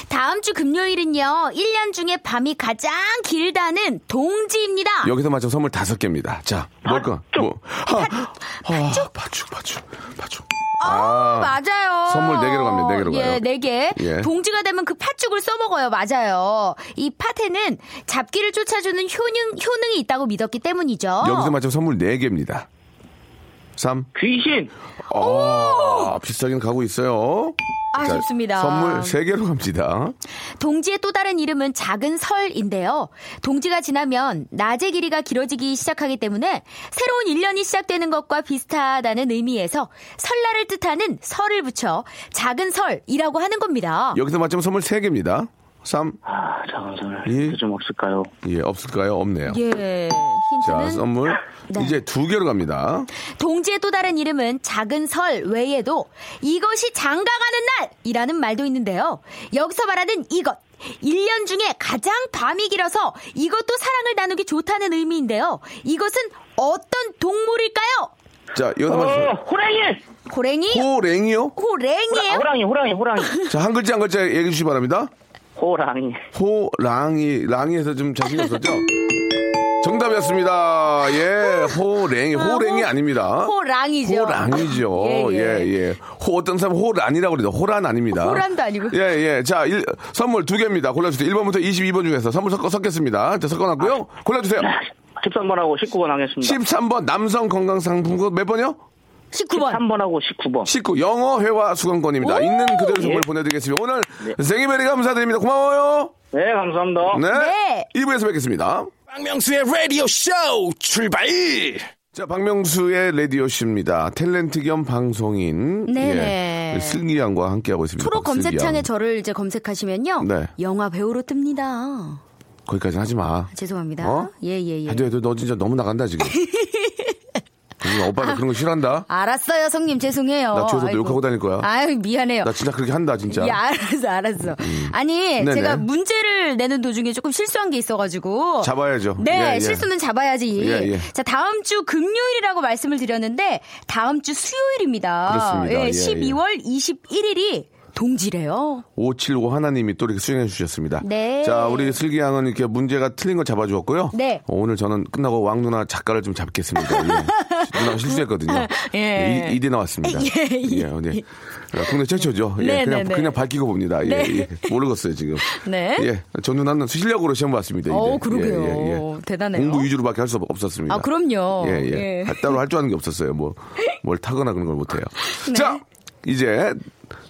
[SPEAKER 6] 다음 주 금요일은요. 1년 중에 밤이 가장 길다는 동지입니다.
[SPEAKER 2] 여기서 맞춰 선물 뭐? 다섯 개입니다. 자, 뭘까? 뭐? 하, 하, 하, 파죽, 파죽, 파죽.
[SPEAKER 6] 어, 맞아요.
[SPEAKER 2] 선물 네 개로 갑니다. 네 개로 가요.
[SPEAKER 6] 예, 네 개.
[SPEAKER 2] 예.
[SPEAKER 6] 봉지가 되면 그 팥죽을 써먹어요. 맞아요. 이 팥에는 잡기를 쫓아주는 효능, 효능이 있다고 믿었기 때문이죠.
[SPEAKER 2] 여기서 맞춰 선물 4개입니다. 3.
[SPEAKER 7] 귀신.
[SPEAKER 2] 아, 비싸긴 가고 있어요. 자,
[SPEAKER 6] 아쉽습니다.
[SPEAKER 2] 선물 3개로 갑니다.
[SPEAKER 6] 동지의 또 다른 이름은 작은 설인데요. 동지가 지나면 낮의 길이가 길어지기 시작하기 때문에 새로운 1년이 시작되는 것과 비슷하다는 의미에서 설날을 뜻하는 설을 붙여 작은 설이라고 하는 겁니다.
[SPEAKER 2] 여기서 맞추면 선물 3개입니다. 3.
[SPEAKER 7] 아, 잠깐 선물.
[SPEAKER 2] 예.
[SPEAKER 7] 좀 없을까요?
[SPEAKER 2] 예, 없을까요? 없네요.
[SPEAKER 6] 예.
[SPEAKER 2] 자,
[SPEAKER 6] 힌트는
[SPEAKER 2] 선물.
[SPEAKER 6] 네.
[SPEAKER 2] 이제 두 개로 갑니다.
[SPEAKER 6] 동지의 또 다른 이름은 작은 설 외에도 이것이 장가가는 날이라는 말도 있는데요. 여기서 말하는 이것. 1년 중에 가장 밤이 길어서 이것도 사랑을 나누기 좋다는 의미인데요. 이것은 어떤 동물일까요?
[SPEAKER 2] 자, 여기서
[SPEAKER 7] 어,
[SPEAKER 2] 맞추면
[SPEAKER 6] 예?
[SPEAKER 7] 호랑이.
[SPEAKER 6] 고랭이?
[SPEAKER 2] 호랭이요?
[SPEAKER 6] 호랭이에요?
[SPEAKER 2] 아,
[SPEAKER 7] 호랑이, 호랑이, 호랑이.
[SPEAKER 2] 자, 한 글자 한 글자 얘기해 주시기 바랍니다.
[SPEAKER 7] 호랑이.
[SPEAKER 2] 호랑이 랑이에서 좀 자신 있었죠? 정답이었습니다. 예, 호랭이 호랭이
[SPEAKER 6] 호-
[SPEAKER 2] 아닙니다.
[SPEAKER 6] 호랑이죠.
[SPEAKER 2] 호랑이죠.
[SPEAKER 6] 예,
[SPEAKER 2] 예,
[SPEAKER 6] 예.
[SPEAKER 2] 예. 호, 어떤 사람 호란이라고 그래요. 호란 아닙니다.
[SPEAKER 6] 호란도 아니고.
[SPEAKER 2] 예, 예. 자, 일, 선물 두 개입니다. 골라주세요. 1번부터 22번 중에서 선물 섞어, 섞겠습니다. 자, 섞어놨고요. 골라주세요.
[SPEAKER 7] 13번하고 19번 하겠습니다.
[SPEAKER 2] 13번 남성 건강상품권 그 몇 번이요?
[SPEAKER 6] 19번.
[SPEAKER 7] 3번하고 19번.
[SPEAKER 2] 19. 영어 회화 수강권입니다. 있는 그대로 선물
[SPEAKER 7] 예.
[SPEAKER 2] 보내드리겠습니다. 오늘 생일베리 감사드립니다. 고마워요.
[SPEAKER 7] 네, 감사합니다.
[SPEAKER 2] 네.
[SPEAKER 6] 네.
[SPEAKER 2] 2부에서 뵙겠습니다.
[SPEAKER 1] 박명수의 라디오 쇼 출발.
[SPEAKER 2] 자, 박명수의 라디오쇼입니다. 탤런트 겸 방송인.
[SPEAKER 6] 네네.
[SPEAKER 2] 예, 슬기 양과 함께하고 있습니다.
[SPEAKER 6] 프로
[SPEAKER 2] 박슬기
[SPEAKER 6] 검색창에
[SPEAKER 2] 양.
[SPEAKER 6] 저를 이제 검색하시면요.
[SPEAKER 2] 네.
[SPEAKER 6] 영화 배우로 뜹니다.
[SPEAKER 2] 거기까지 하지 마.
[SPEAKER 6] 아, 죄송합니다.
[SPEAKER 2] 어?
[SPEAKER 6] 예, 예, 예.
[SPEAKER 2] 해도 해도 너 진짜 너무 나간다, 지금. 정말 오빠도 그런 거 싫어한다.
[SPEAKER 6] 알았어요, 성님. 죄송해요.
[SPEAKER 2] 나 뒤에서 너
[SPEAKER 6] 아이고.
[SPEAKER 2] 욕하고 다닐 거야.
[SPEAKER 6] 아유, 미안해요.
[SPEAKER 2] 나 진짜 그렇게 한다, 진짜. 음.
[SPEAKER 6] 예, 알았어, 알았어. 아니,
[SPEAKER 2] 네네.
[SPEAKER 6] 제가 문제를 내는 도중에 조금 실수한 게 있어가지고.
[SPEAKER 2] 잡아야죠.
[SPEAKER 6] 네,
[SPEAKER 2] 예, 예.
[SPEAKER 6] 실수는 잡아야지.
[SPEAKER 2] 예, 예.
[SPEAKER 6] 자, 다음 주 금요일이라고 말씀을 드렸는데, 다음 주 수요일입니다.
[SPEAKER 2] 그렇습니다. 예, 예.
[SPEAKER 6] 12월 21일이 동지래요.
[SPEAKER 2] 575 하나님이 또 이렇게 수행해 주셨습니다.
[SPEAKER 6] 네.
[SPEAKER 2] 자, 우리 슬기 양은 이렇게 문제가 틀린 거 잡아주었고요.
[SPEAKER 6] 네.
[SPEAKER 2] 어, 오늘 저는 끝나고 왕 누나 작가를 좀 잡겠습니다. 예. 누나 실수했거든요.
[SPEAKER 6] 예.
[SPEAKER 2] 이, 대 나왔습니다.
[SPEAKER 6] 예, 예.
[SPEAKER 2] 어, 네. 아, 국내 최초죠. 예,
[SPEAKER 6] 네,
[SPEAKER 2] 그냥,
[SPEAKER 6] 네, 네.
[SPEAKER 2] 그냥 밝히고 봅니다. 예, 예. 모르겠어요, 지금.
[SPEAKER 6] 네.
[SPEAKER 2] 예. 저 누나는 실력으로 시험 봤습니다. 이제. 예,
[SPEAKER 6] 어, 그러게요. 대단해요.
[SPEAKER 2] 공부 위주로밖에 할 수 없었습니다.
[SPEAKER 6] 아, 그럼요.
[SPEAKER 2] 예, 예.
[SPEAKER 6] 예.
[SPEAKER 2] 따로 할 줄 아는 게 없었어요. 뭐, 뭘 타거나 그런 걸 못해요.
[SPEAKER 6] 네.
[SPEAKER 2] 자, 이제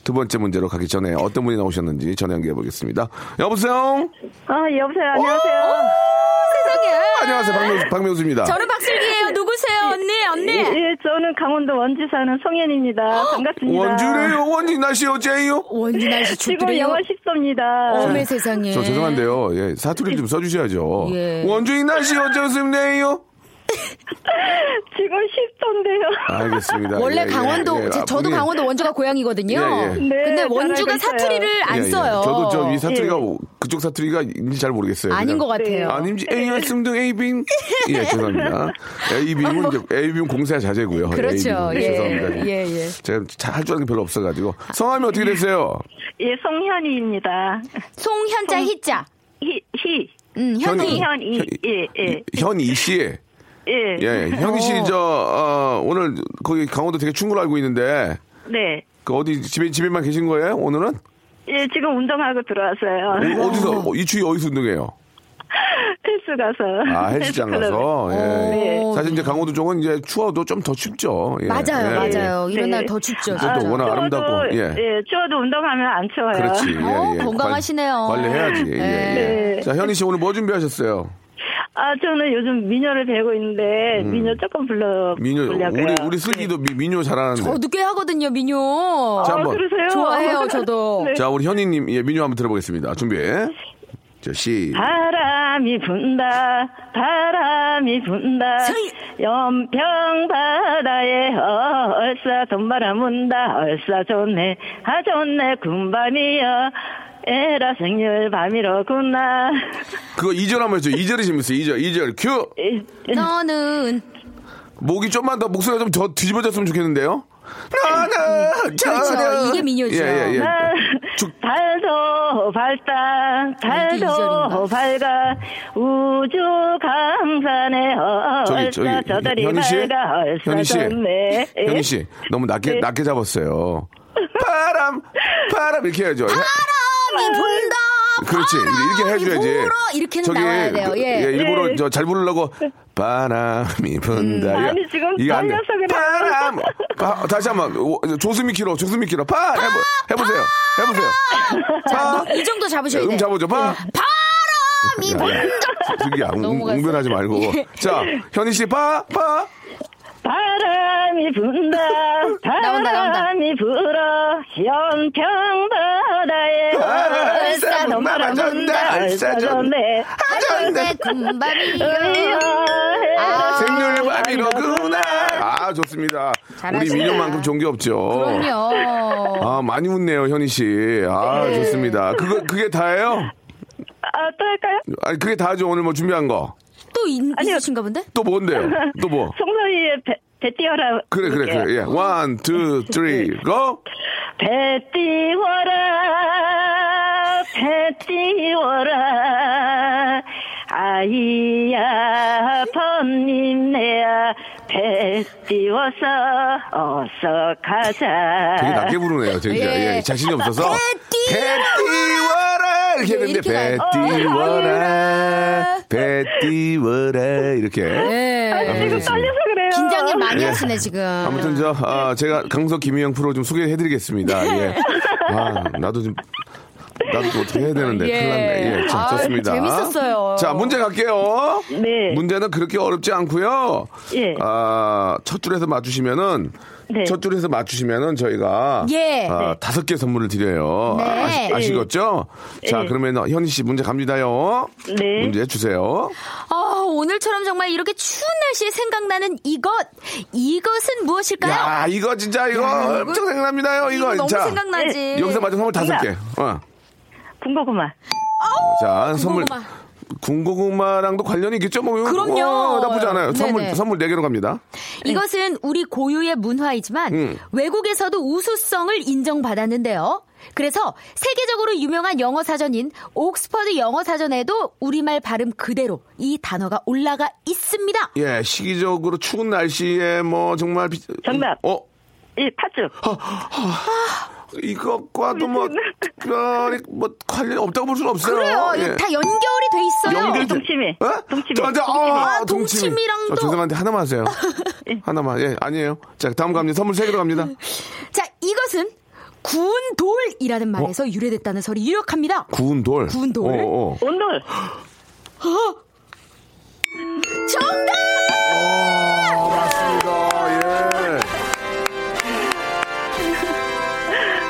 [SPEAKER 2] 두 번째 문제로 가기 전에 어떤 분이 나오셨는지 전화 연결해 보겠습니다. 여보세요?
[SPEAKER 6] 네.
[SPEAKER 4] 아, 여보세요.
[SPEAKER 6] 어?
[SPEAKER 4] 안녕하세요.
[SPEAKER 6] 세상에.
[SPEAKER 2] 안녕하세요. 박명수, 박명수입니다.
[SPEAKER 6] 저는 박슬기예요. 누구세요, 언니, 언니?
[SPEAKER 4] 예, 저는 강원도 원주 사는 송현입니다.
[SPEAKER 6] 어?
[SPEAKER 4] 반갑습니다.
[SPEAKER 2] 원주래요, 원주 날씨 어째요?
[SPEAKER 6] 원진아 씨
[SPEAKER 2] 예,
[SPEAKER 4] 지금
[SPEAKER 6] 죽더래요.
[SPEAKER 4] 영어 10도입니다.
[SPEAKER 6] 어메 네. 세상에.
[SPEAKER 2] 저 죄송한데요. 예, 사투리 좀 써주셔야죠.
[SPEAKER 6] 예.
[SPEAKER 2] 원주이 날씨 어쩌습니요?
[SPEAKER 4] 지금 10도인데요.
[SPEAKER 2] 알겠습니다.
[SPEAKER 6] 원래
[SPEAKER 2] 예, 예,
[SPEAKER 6] 강원도
[SPEAKER 2] 예.
[SPEAKER 6] 제-
[SPEAKER 2] 아,
[SPEAKER 6] 저도
[SPEAKER 2] 분명히-
[SPEAKER 6] 강원도 원주가 고향이거든요.
[SPEAKER 2] 예, 예.
[SPEAKER 4] 네,
[SPEAKER 6] 근데
[SPEAKER 4] 잘
[SPEAKER 6] 원주가
[SPEAKER 4] 알고 있어요.
[SPEAKER 6] 사투리를 안
[SPEAKER 2] 예, 예.
[SPEAKER 6] 써요.
[SPEAKER 2] 저도 저 네. 이 사투리가
[SPEAKER 4] 예.
[SPEAKER 2] 오- 그쪽 사투리가인지 잘 모르겠어요.
[SPEAKER 6] 아닌
[SPEAKER 2] 그냥-
[SPEAKER 6] 것
[SPEAKER 4] 네.
[SPEAKER 6] 같아요. 네.
[SPEAKER 2] 아님지 A였음등 A빔 예 죄송합니다. 네, A빔은 이제 A빔 공사 자재고요.
[SPEAKER 6] 그렇죠.
[SPEAKER 2] A빔.
[SPEAKER 6] 예.
[SPEAKER 2] 죄송합니다.
[SPEAKER 6] 예, 예.
[SPEAKER 2] 제가 할 줄 아는 게 별로 없어가지고 성함이 어떻게 되세요?
[SPEAKER 4] 예, 송현이입니다.
[SPEAKER 6] 송현자 희자.
[SPEAKER 4] 히, 히.
[SPEAKER 6] 음, 현이.
[SPEAKER 4] 현이. 예, 예.
[SPEAKER 2] 현이 씨.
[SPEAKER 4] 예.
[SPEAKER 2] 예, 현이 씨 저 어, 오늘 거기 강원도 되게 충구로 알고 있는데
[SPEAKER 4] 네.
[SPEAKER 2] 그 어디 집에 집에만 계신 거예요? 오늘은
[SPEAKER 4] 예, 지금 운동하고 들어왔어요.
[SPEAKER 2] 어, 디서 이추위 어디서 운동해요?
[SPEAKER 4] 헬스 가서. 어.
[SPEAKER 2] 아 헬스장
[SPEAKER 4] 헬스 클럽에.
[SPEAKER 2] 가서 예.
[SPEAKER 6] 오,
[SPEAKER 2] 사실 이제 강원도 쪽은 이제 추워도 좀 더 춥죠. 예.
[SPEAKER 6] 맞아요,
[SPEAKER 2] 예.
[SPEAKER 6] 맞아요. 이런
[SPEAKER 4] 네.
[SPEAKER 6] 날 더 춥죠.
[SPEAKER 2] 그래도
[SPEAKER 6] 진짜.
[SPEAKER 2] 워낙 아름답고, 예.
[SPEAKER 4] 예. 추워도 운동하면 안 추워요.
[SPEAKER 2] 그렇지.
[SPEAKER 6] 어,
[SPEAKER 2] 예, 예.
[SPEAKER 6] 건강하시네요.
[SPEAKER 2] 관리, 해야지 예, 예.
[SPEAKER 4] 네.
[SPEAKER 2] 자, 현희 씨 오늘 뭐 준비하셨어요?
[SPEAKER 4] 아, 저는 요즘 미녀를 배우고 있는데 미녀 조금 불러
[SPEAKER 2] 민요.
[SPEAKER 4] 보려고요.
[SPEAKER 2] 음. 우리 우리 슬기도 미- 민요 잘하는데.
[SPEAKER 6] 저도 꽤 어, 하거든요, 민요.
[SPEAKER 2] 자,
[SPEAKER 4] 아,
[SPEAKER 2] 한번.
[SPEAKER 4] 그러세요?
[SPEAKER 6] 좋아해요, 저도.
[SPEAKER 4] 네.
[SPEAKER 2] 자, 우리 현희 님 예, 민요 한번 들어보겠습니다. 준비. 자, 시.
[SPEAKER 4] 바람이 분다, 바람이 분다,
[SPEAKER 6] 서이.
[SPEAKER 4] 연평 바다에 얼싸 돈바람 운다, 얼싸 좋네, 아 좋네, 군밤이여, 에라 생일 밤이로구나.
[SPEAKER 2] 그거 2절 한번 해줘. 2절이 재밌어요. 2절. 2절. 큐.
[SPEAKER 4] 이-
[SPEAKER 2] 네.
[SPEAKER 6] 너는
[SPEAKER 2] 목이 좀만 더 목소리가 좀 더 뒤집어졌으면 좋겠는데요. 나는
[SPEAKER 6] 그렇죠. 음, 이게 민요죠.
[SPEAKER 4] 네.
[SPEAKER 2] 예, 예, 예.
[SPEAKER 4] 나
[SPEAKER 2] 죽-
[SPEAKER 4] 아, 달도 밝다
[SPEAKER 6] 이게 이 절인가?
[SPEAKER 4] 달도 밝아 우주 강산에
[SPEAKER 2] 저기
[SPEAKER 4] 얼싸
[SPEAKER 2] 저기
[SPEAKER 4] 저들이
[SPEAKER 2] 현희 씨,
[SPEAKER 4] 밝아
[SPEAKER 2] 현희 씨,
[SPEAKER 4] 얼싸졌네
[SPEAKER 2] 현희 씨 너무 낮게
[SPEAKER 4] 예.
[SPEAKER 2] 낮게 잡았어요. 바람, 바람 이렇게 해야죠.
[SPEAKER 6] 바람이 분다.
[SPEAKER 2] 그렇지 이렇게
[SPEAKER 6] 바람이
[SPEAKER 2] 해줘야지.
[SPEAKER 6] 불어. 이렇게는 나와야 돼요.
[SPEAKER 2] 그,
[SPEAKER 6] 예.
[SPEAKER 2] 일부러
[SPEAKER 4] 예.
[SPEAKER 2] 저 잘 부르려고 바람이 분다. 이거-
[SPEAKER 4] 음, 아니, 지금
[SPEAKER 2] 이거 안 돼.
[SPEAKER 4] 떨려서 그래요.
[SPEAKER 2] 바람. 아, 다시 한번 오, 조수미 키로 조수미 키로 바 해보, 해보세요. 해보세요. 바,
[SPEAKER 6] 이 정도 잡으셔야 돼요. 예.
[SPEAKER 2] 음 잡아줘. 바.
[SPEAKER 6] 바람이
[SPEAKER 2] 야,
[SPEAKER 6] 분다.
[SPEAKER 2] 저기야 웅-
[SPEAKER 6] 넘어갔어요.
[SPEAKER 2] 웅변하지 말고.
[SPEAKER 6] 예.
[SPEAKER 2] 자 현희 씨 바, 바.
[SPEAKER 4] 바람이 분다
[SPEAKER 6] 나온다, 나온다.
[SPEAKER 4] 바람이 불어 연평바다에
[SPEAKER 2] 얼싸
[SPEAKER 4] 얼싸
[SPEAKER 2] 넘나간다,
[SPEAKER 4] 얼싸졌네
[SPEAKER 6] 하늘에 군밤이여. 아.
[SPEAKER 2] 생률밤이로구나. 아 좋습니다. 우리
[SPEAKER 6] 잘하시네.
[SPEAKER 2] 민요만큼 좋은 게 없죠.
[SPEAKER 6] 그럼요.
[SPEAKER 2] 아 많이 웃네요 현희 씨. 아
[SPEAKER 6] 네.
[SPEAKER 2] 좋습니다. 그거 그게 다예요?
[SPEAKER 4] 아, 또 할까요?
[SPEAKER 2] 아니 그게 다죠 오늘 뭐 준비한 거.
[SPEAKER 6] 또 있, 있으신가 본데?
[SPEAKER 2] 또 뭔데요? 또 뭐?
[SPEAKER 4] 송소희의 배, 배 띄워라.
[SPEAKER 2] 그래 그래 그래. 예. 원, 투, 쓰리, 고.
[SPEAKER 4] 배 띄워라, 배 띄워라. 아이야, 번님 내야, 배 띄워서 어서 가자. 아,
[SPEAKER 2] 되게 낮게 부르네요, 되게.
[SPEAKER 6] 예.
[SPEAKER 2] 예. 자신이 없어서.
[SPEAKER 6] 배
[SPEAKER 2] 배 띄워라! 이렇게
[SPEAKER 6] 예,
[SPEAKER 2] 했는데,
[SPEAKER 6] 이렇게
[SPEAKER 2] 배
[SPEAKER 6] 가요.
[SPEAKER 2] 띄워라, 배 띄워라, 이렇게. 아,
[SPEAKER 6] 예.
[SPEAKER 4] 지금 떨려서 그래요.
[SPEAKER 6] 긴장을 많이
[SPEAKER 2] 예.
[SPEAKER 6] 하시네 지금.
[SPEAKER 2] 아무튼 저, 아,
[SPEAKER 6] 네.
[SPEAKER 2] 제가 강석 김희영 프로 좀 소개해드리겠습니다. 예. 아, 나도 좀. 나도 또 어떻게 해야 되는데
[SPEAKER 6] 예.
[SPEAKER 2] 큰일 났네. 예, 자,
[SPEAKER 6] 아,
[SPEAKER 2] 좋습니다.
[SPEAKER 6] 재밌었어요.
[SPEAKER 2] 자, 문제 갈게요.
[SPEAKER 4] 네.
[SPEAKER 2] 문제는 그렇게 어렵지 않고요.
[SPEAKER 4] 예.
[SPEAKER 2] 아, 첫 줄에서 맞추시면은
[SPEAKER 4] 네.
[SPEAKER 2] 첫 줄에서 맞추시면은 저희가
[SPEAKER 6] 예.
[SPEAKER 2] 아, 다섯 개 선물을 드려요.
[SPEAKER 6] 네.
[SPEAKER 2] 아, 시겠죠 자,
[SPEAKER 4] 예.
[SPEAKER 2] 그러면 현희 씨 문제 갑니다요.
[SPEAKER 4] 네.
[SPEAKER 2] 문제 주세요.
[SPEAKER 6] 아, 오늘처럼 정말 이렇게 추운 날씨에 생각나는 이것. 이것은 무엇일까요?
[SPEAKER 2] 야, 이거 진짜 이거
[SPEAKER 6] 아, 야, 이거-
[SPEAKER 2] 엄청 생각납니다요. 이거,
[SPEAKER 6] 너무
[SPEAKER 2] 자.
[SPEAKER 6] 생각나지.
[SPEAKER 2] 여기서 맞은 선물 다섯 개. 어.
[SPEAKER 4] 군고구마.
[SPEAKER 2] 자, 선물
[SPEAKER 6] 군고구마.
[SPEAKER 2] 군고구마랑도 관련이 있겠죠? 뭐, 이거-
[SPEAKER 6] 그럼요.
[SPEAKER 2] 어, 나쁘지 않아요. 선물
[SPEAKER 6] 네네.
[SPEAKER 2] 선물 네 개로 갑니다.
[SPEAKER 6] 이것은 우리 고유의 문화이지만
[SPEAKER 2] 음.
[SPEAKER 6] 외국에서도 우수성을 인정받았는데요. 그래서 세계적으로 유명한 영어 사전인 옥스퍼드 영어 사전에도 우리말 발음 그대로 이 단어가 올라가 있습니다.
[SPEAKER 2] 예, 시기적으로 추운 날씨에 뭐 정말 비...
[SPEAKER 4] 정답.
[SPEAKER 2] 어,
[SPEAKER 4] 이 팥죽.
[SPEAKER 2] 이것과도 뭐 특별히 뭐 관련이 없다고 볼 수는 없어요.
[SPEAKER 6] 그래요.
[SPEAKER 2] 예.
[SPEAKER 6] 다 연결이 돼 있어요.
[SPEAKER 2] 연결-
[SPEAKER 4] 동치미.
[SPEAKER 2] 어?
[SPEAKER 4] 동치미.
[SPEAKER 2] 저, 저, 아,
[SPEAKER 6] 아, 동치미랑도.
[SPEAKER 2] 저, 죄송한데 하나만 하세요. 하나만. 예, 아니에요. 자, 다음 갑니다. 선물 세 개로 갑니다.
[SPEAKER 6] 자, 이것은 구운 돌이라는 말에서
[SPEAKER 2] 어?
[SPEAKER 6] 유래됐다는 설이 유력합니다.
[SPEAKER 2] 구운 돌.
[SPEAKER 6] 구운 돌.
[SPEAKER 2] 어, 어.
[SPEAKER 4] 온돌.
[SPEAKER 6] 정답!
[SPEAKER 2] 아, 맞습니다. 예.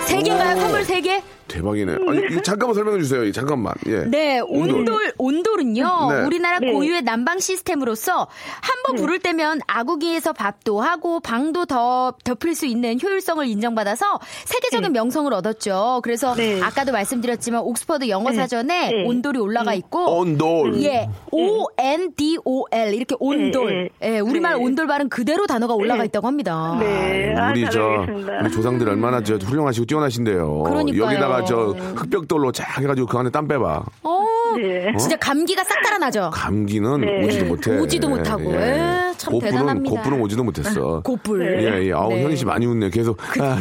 [SPEAKER 6] 세 개인가요? 선물 세 개?
[SPEAKER 2] 대박이네. 아니, 이거 잠깐만 설명해 주세요. 이 잠깐만. 예.
[SPEAKER 6] 네, 온돌, 온돌은요,
[SPEAKER 2] 네.
[SPEAKER 6] 우리나라
[SPEAKER 4] 네.
[SPEAKER 6] 고유의 난방 시스템으로서 한 번 부를 때면 아구기에서 밥도 하고 방도 더 덮을 수 있는 효율성을 인정받아서 세계적인 명성을 얻었죠. 그래서
[SPEAKER 4] 네.
[SPEAKER 6] 아까도 말씀드렸지만 옥스퍼드 영어
[SPEAKER 4] 네.
[SPEAKER 6] 사전에
[SPEAKER 4] 네.
[SPEAKER 6] 온돌이 올라가 있고,
[SPEAKER 2] 온돌.
[SPEAKER 6] 예, O N D O L 이렇게 온돌,
[SPEAKER 4] 네.
[SPEAKER 6] 예, 우리말
[SPEAKER 4] 네.
[SPEAKER 6] 온돌 발음 그대로 단어가 올라가
[SPEAKER 4] 네.
[SPEAKER 6] 있다고 합니다.
[SPEAKER 4] 네. 아,
[SPEAKER 2] 음, 우리
[SPEAKER 4] 잘
[SPEAKER 2] 저
[SPEAKER 4] 알겠습니다.
[SPEAKER 2] 우리 조상들 얼마나 저 훌륭하시고 뛰어나신데요.
[SPEAKER 6] 그러니까요.
[SPEAKER 2] 여기다가 저 흑벽돌로 쫙 해가지고 그 안에 땀 빼봐.
[SPEAKER 6] 어,
[SPEAKER 4] 네.
[SPEAKER 6] 진짜 감기가 싹 달아나죠.
[SPEAKER 2] 감기는
[SPEAKER 4] 네.
[SPEAKER 2] 오지도 못해. 예,
[SPEAKER 6] 오지도 못하고. 에, 참
[SPEAKER 2] 고프는
[SPEAKER 6] 대단합니다. 아,
[SPEAKER 2] 고프는 오지도 못했어.
[SPEAKER 6] 고불.
[SPEAKER 2] 예, 예. 아우,
[SPEAKER 6] 네. 그
[SPEAKER 2] 현희 씨 많이 웃네. 계속. 아, 야,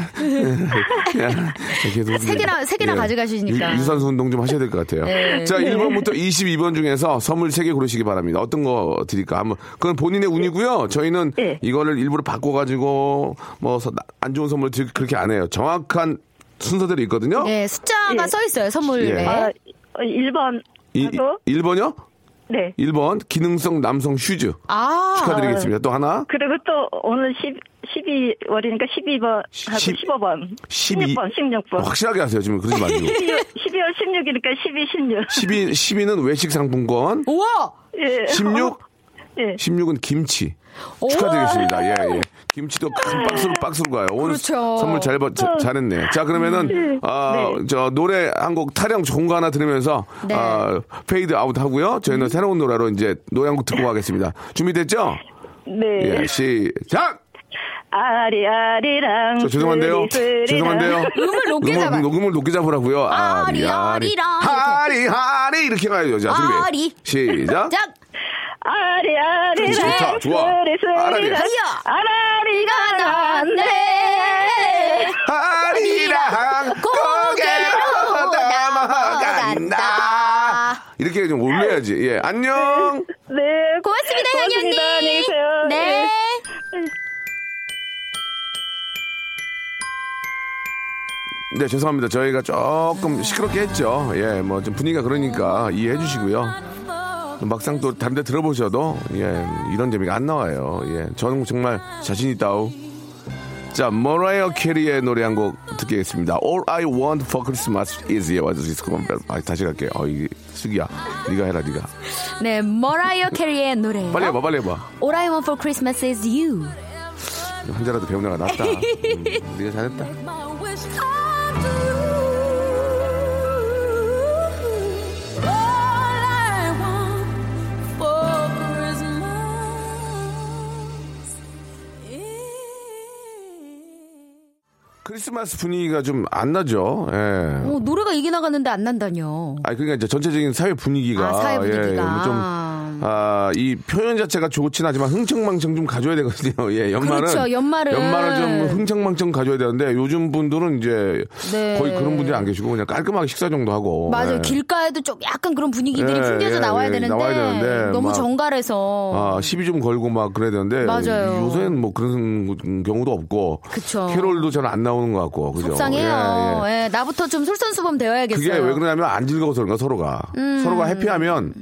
[SPEAKER 2] 계속. 예.
[SPEAKER 6] 세 개나- 세 개나 가져가시니까. 네.
[SPEAKER 2] 유, 유산소 운동 좀 하셔야 될 것 같아요. 자, 1번부터 22번 중에서 선물 세 개 고르시기 바랍니다. 어떤 거 드릴까? 한번. 그건 본인의 운이고요. 저희는
[SPEAKER 6] 예.
[SPEAKER 4] 네.
[SPEAKER 2] 이거를 일부러 바꿔가지고 뭐 안 좋은 선물 드 그렇게 안 해요. 정확한 순서대로 있거든요.
[SPEAKER 6] 네, 숫자가
[SPEAKER 4] 예.
[SPEAKER 6] 써 있어요, 선물에.
[SPEAKER 2] 예.
[SPEAKER 4] 아, 1번.
[SPEAKER 2] 이,
[SPEAKER 4] 하고,
[SPEAKER 2] 1번이요?
[SPEAKER 4] 네.
[SPEAKER 2] 1번 기능성 남성 슈즈.
[SPEAKER 6] 아,
[SPEAKER 2] 축하드리겠습니다. 또 하나?
[SPEAKER 4] 그리고 또 오늘 10, 12월이니까 12번 하고
[SPEAKER 2] 십- 어,
[SPEAKER 4] 15번.
[SPEAKER 2] 12.
[SPEAKER 4] 16번, 16번.
[SPEAKER 2] 확실하게 하세요. 지금 그러지 마시고.
[SPEAKER 4] 12월 16일이니까 12, 16.
[SPEAKER 2] 12, 12는 외식 상품권.
[SPEAKER 6] 우와!
[SPEAKER 4] 예.
[SPEAKER 2] 16?
[SPEAKER 4] 예.
[SPEAKER 2] 16은 김치.
[SPEAKER 6] 오!
[SPEAKER 2] 축하드리겠습니다. 예, 예. 김치도 큰 박스로 박스로 가요. 오늘
[SPEAKER 6] 그렇죠.
[SPEAKER 2] 선물 잘, 받- 자- 잘했네. 자, 그러면은, 아, 저 노래 한 곡 타령 좋은 거 하나 들으면서,
[SPEAKER 6] 네. 음.
[SPEAKER 2] 아, 페이드 아웃 하고요. 저희는 새로운 노래로 이제 노래 한 곡 듣고 가겠습니다. 준비됐죠?
[SPEAKER 4] 네.
[SPEAKER 2] 예, 시작!
[SPEAKER 4] 아리아리랑.
[SPEAKER 6] 음,
[SPEAKER 2] 저 죄송한데요.
[SPEAKER 4] 쓰리쓰리랑.
[SPEAKER 2] 죄송한데요.
[SPEAKER 6] 음을 높게 잡아.
[SPEAKER 2] 녹음을 높게 잡으라고요.
[SPEAKER 6] 아리, 아리랑.
[SPEAKER 2] 하리 하리 이렇게 가야죠. 자, 준비.
[SPEAKER 6] 아리.
[SPEAKER 2] 시작.
[SPEAKER 6] 짝
[SPEAKER 4] 아리아리랑.
[SPEAKER 2] 음, 좋다, 좋아. 아라리야.
[SPEAKER 4] 쓰리쓰리랑. 아라리가 났네.
[SPEAKER 2] 하리랑 고개로 넘어간다. 이렇게 좀 올려야지. 예, 안녕.
[SPEAKER 4] 네.
[SPEAKER 6] 고맙습니다, 형이 언니.
[SPEAKER 4] 고맙습니다. 안녕히 계세요. 예.
[SPEAKER 6] 네.
[SPEAKER 2] 네, 죄송합니다. 저희가 조금 시끄럽게 했죠. 예, 뭐 좀 분위기가 그러니까 이해해 주시고요. 막상 또 다른 데 들어보셔도 예, 이런 재미가 안 나와요. 예, 저는 정말 자신 있다우. 자, 머라이어 캐리의 노래 한 곡 듣겠습니다. All I Want for Christmas is you. 와서 디스코만 빼. 아, 다시 갈게. 어, 이 수기야. 네가 해라, 네가.
[SPEAKER 6] 네, 머라이어 캐리의 노래.
[SPEAKER 2] 빨리 해봐, 빨리 해봐.
[SPEAKER 6] All I want for Christmas is you.
[SPEAKER 2] 한자라도 배우는 거 낫다. 음, 네가 잘했다. 크리스마스 분위기가 좀 안 나죠. 예.
[SPEAKER 6] 어, 노래가 이게 나가는데 안 난다뇨.
[SPEAKER 2] 아니 그러니까 이제 전체적인 사회 분위기가
[SPEAKER 6] 아, 사회 분위기가.
[SPEAKER 2] 예, 좀 아, 이 표현 자체가 좋진 하지만 흥청망청 좀 가져야 되거든요. 예, 연말은
[SPEAKER 6] 그렇죠, 연말은.
[SPEAKER 2] 연말은 좀 흥청망청 가져야 되는데 요즘 분들은 이제
[SPEAKER 6] 네.
[SPEAKER 2] 거의 그런 분들이 안 계시고 그냥 깔끔하게 식사 정도 하고.
[SPEAKER 6] 맞아요.
[SPEAKER 2] 예.
[SPEAKER 6] 길가에도 좀 약간 그런 분위기들이
[SPEAKER 2] 예,
[SPEAKER 6] 풍겨져
[SPEAKER 2] 예,
[SPEAKER 6] 나와야,
[SPEAKER 2] 예,
[SPEAKER 6] 되는데,
[SPEAKER 2] 나와야 되는데
[SPEAKER 6] 너무
[SPEAKER 2] 막-
[SPEAKER 6] 정갈해서
[SPEAKER 2] 아, 시비 좀 걸고 막 그래야 되는데
[SPEAKER 6] 맞아요.
[SPEAKER 2] 요새는 뭐 그런 경우도 없고
[SPEAKER 6] 그쵸.
[SPEAKER 2] 캐롤도 잘 안 나오는 것 같고 그죠?
[SPEAKER 6] 속상해요.
[SPEAKER 2] 예, 예.
[SPEAKER 6] 예, 나부터 좀 솔선수범 되어야겠어요. 음.
[SPEAKER 2] 그게 왜 그러냐면 안 즐거워서 그런가 서로가 서로가 해피하면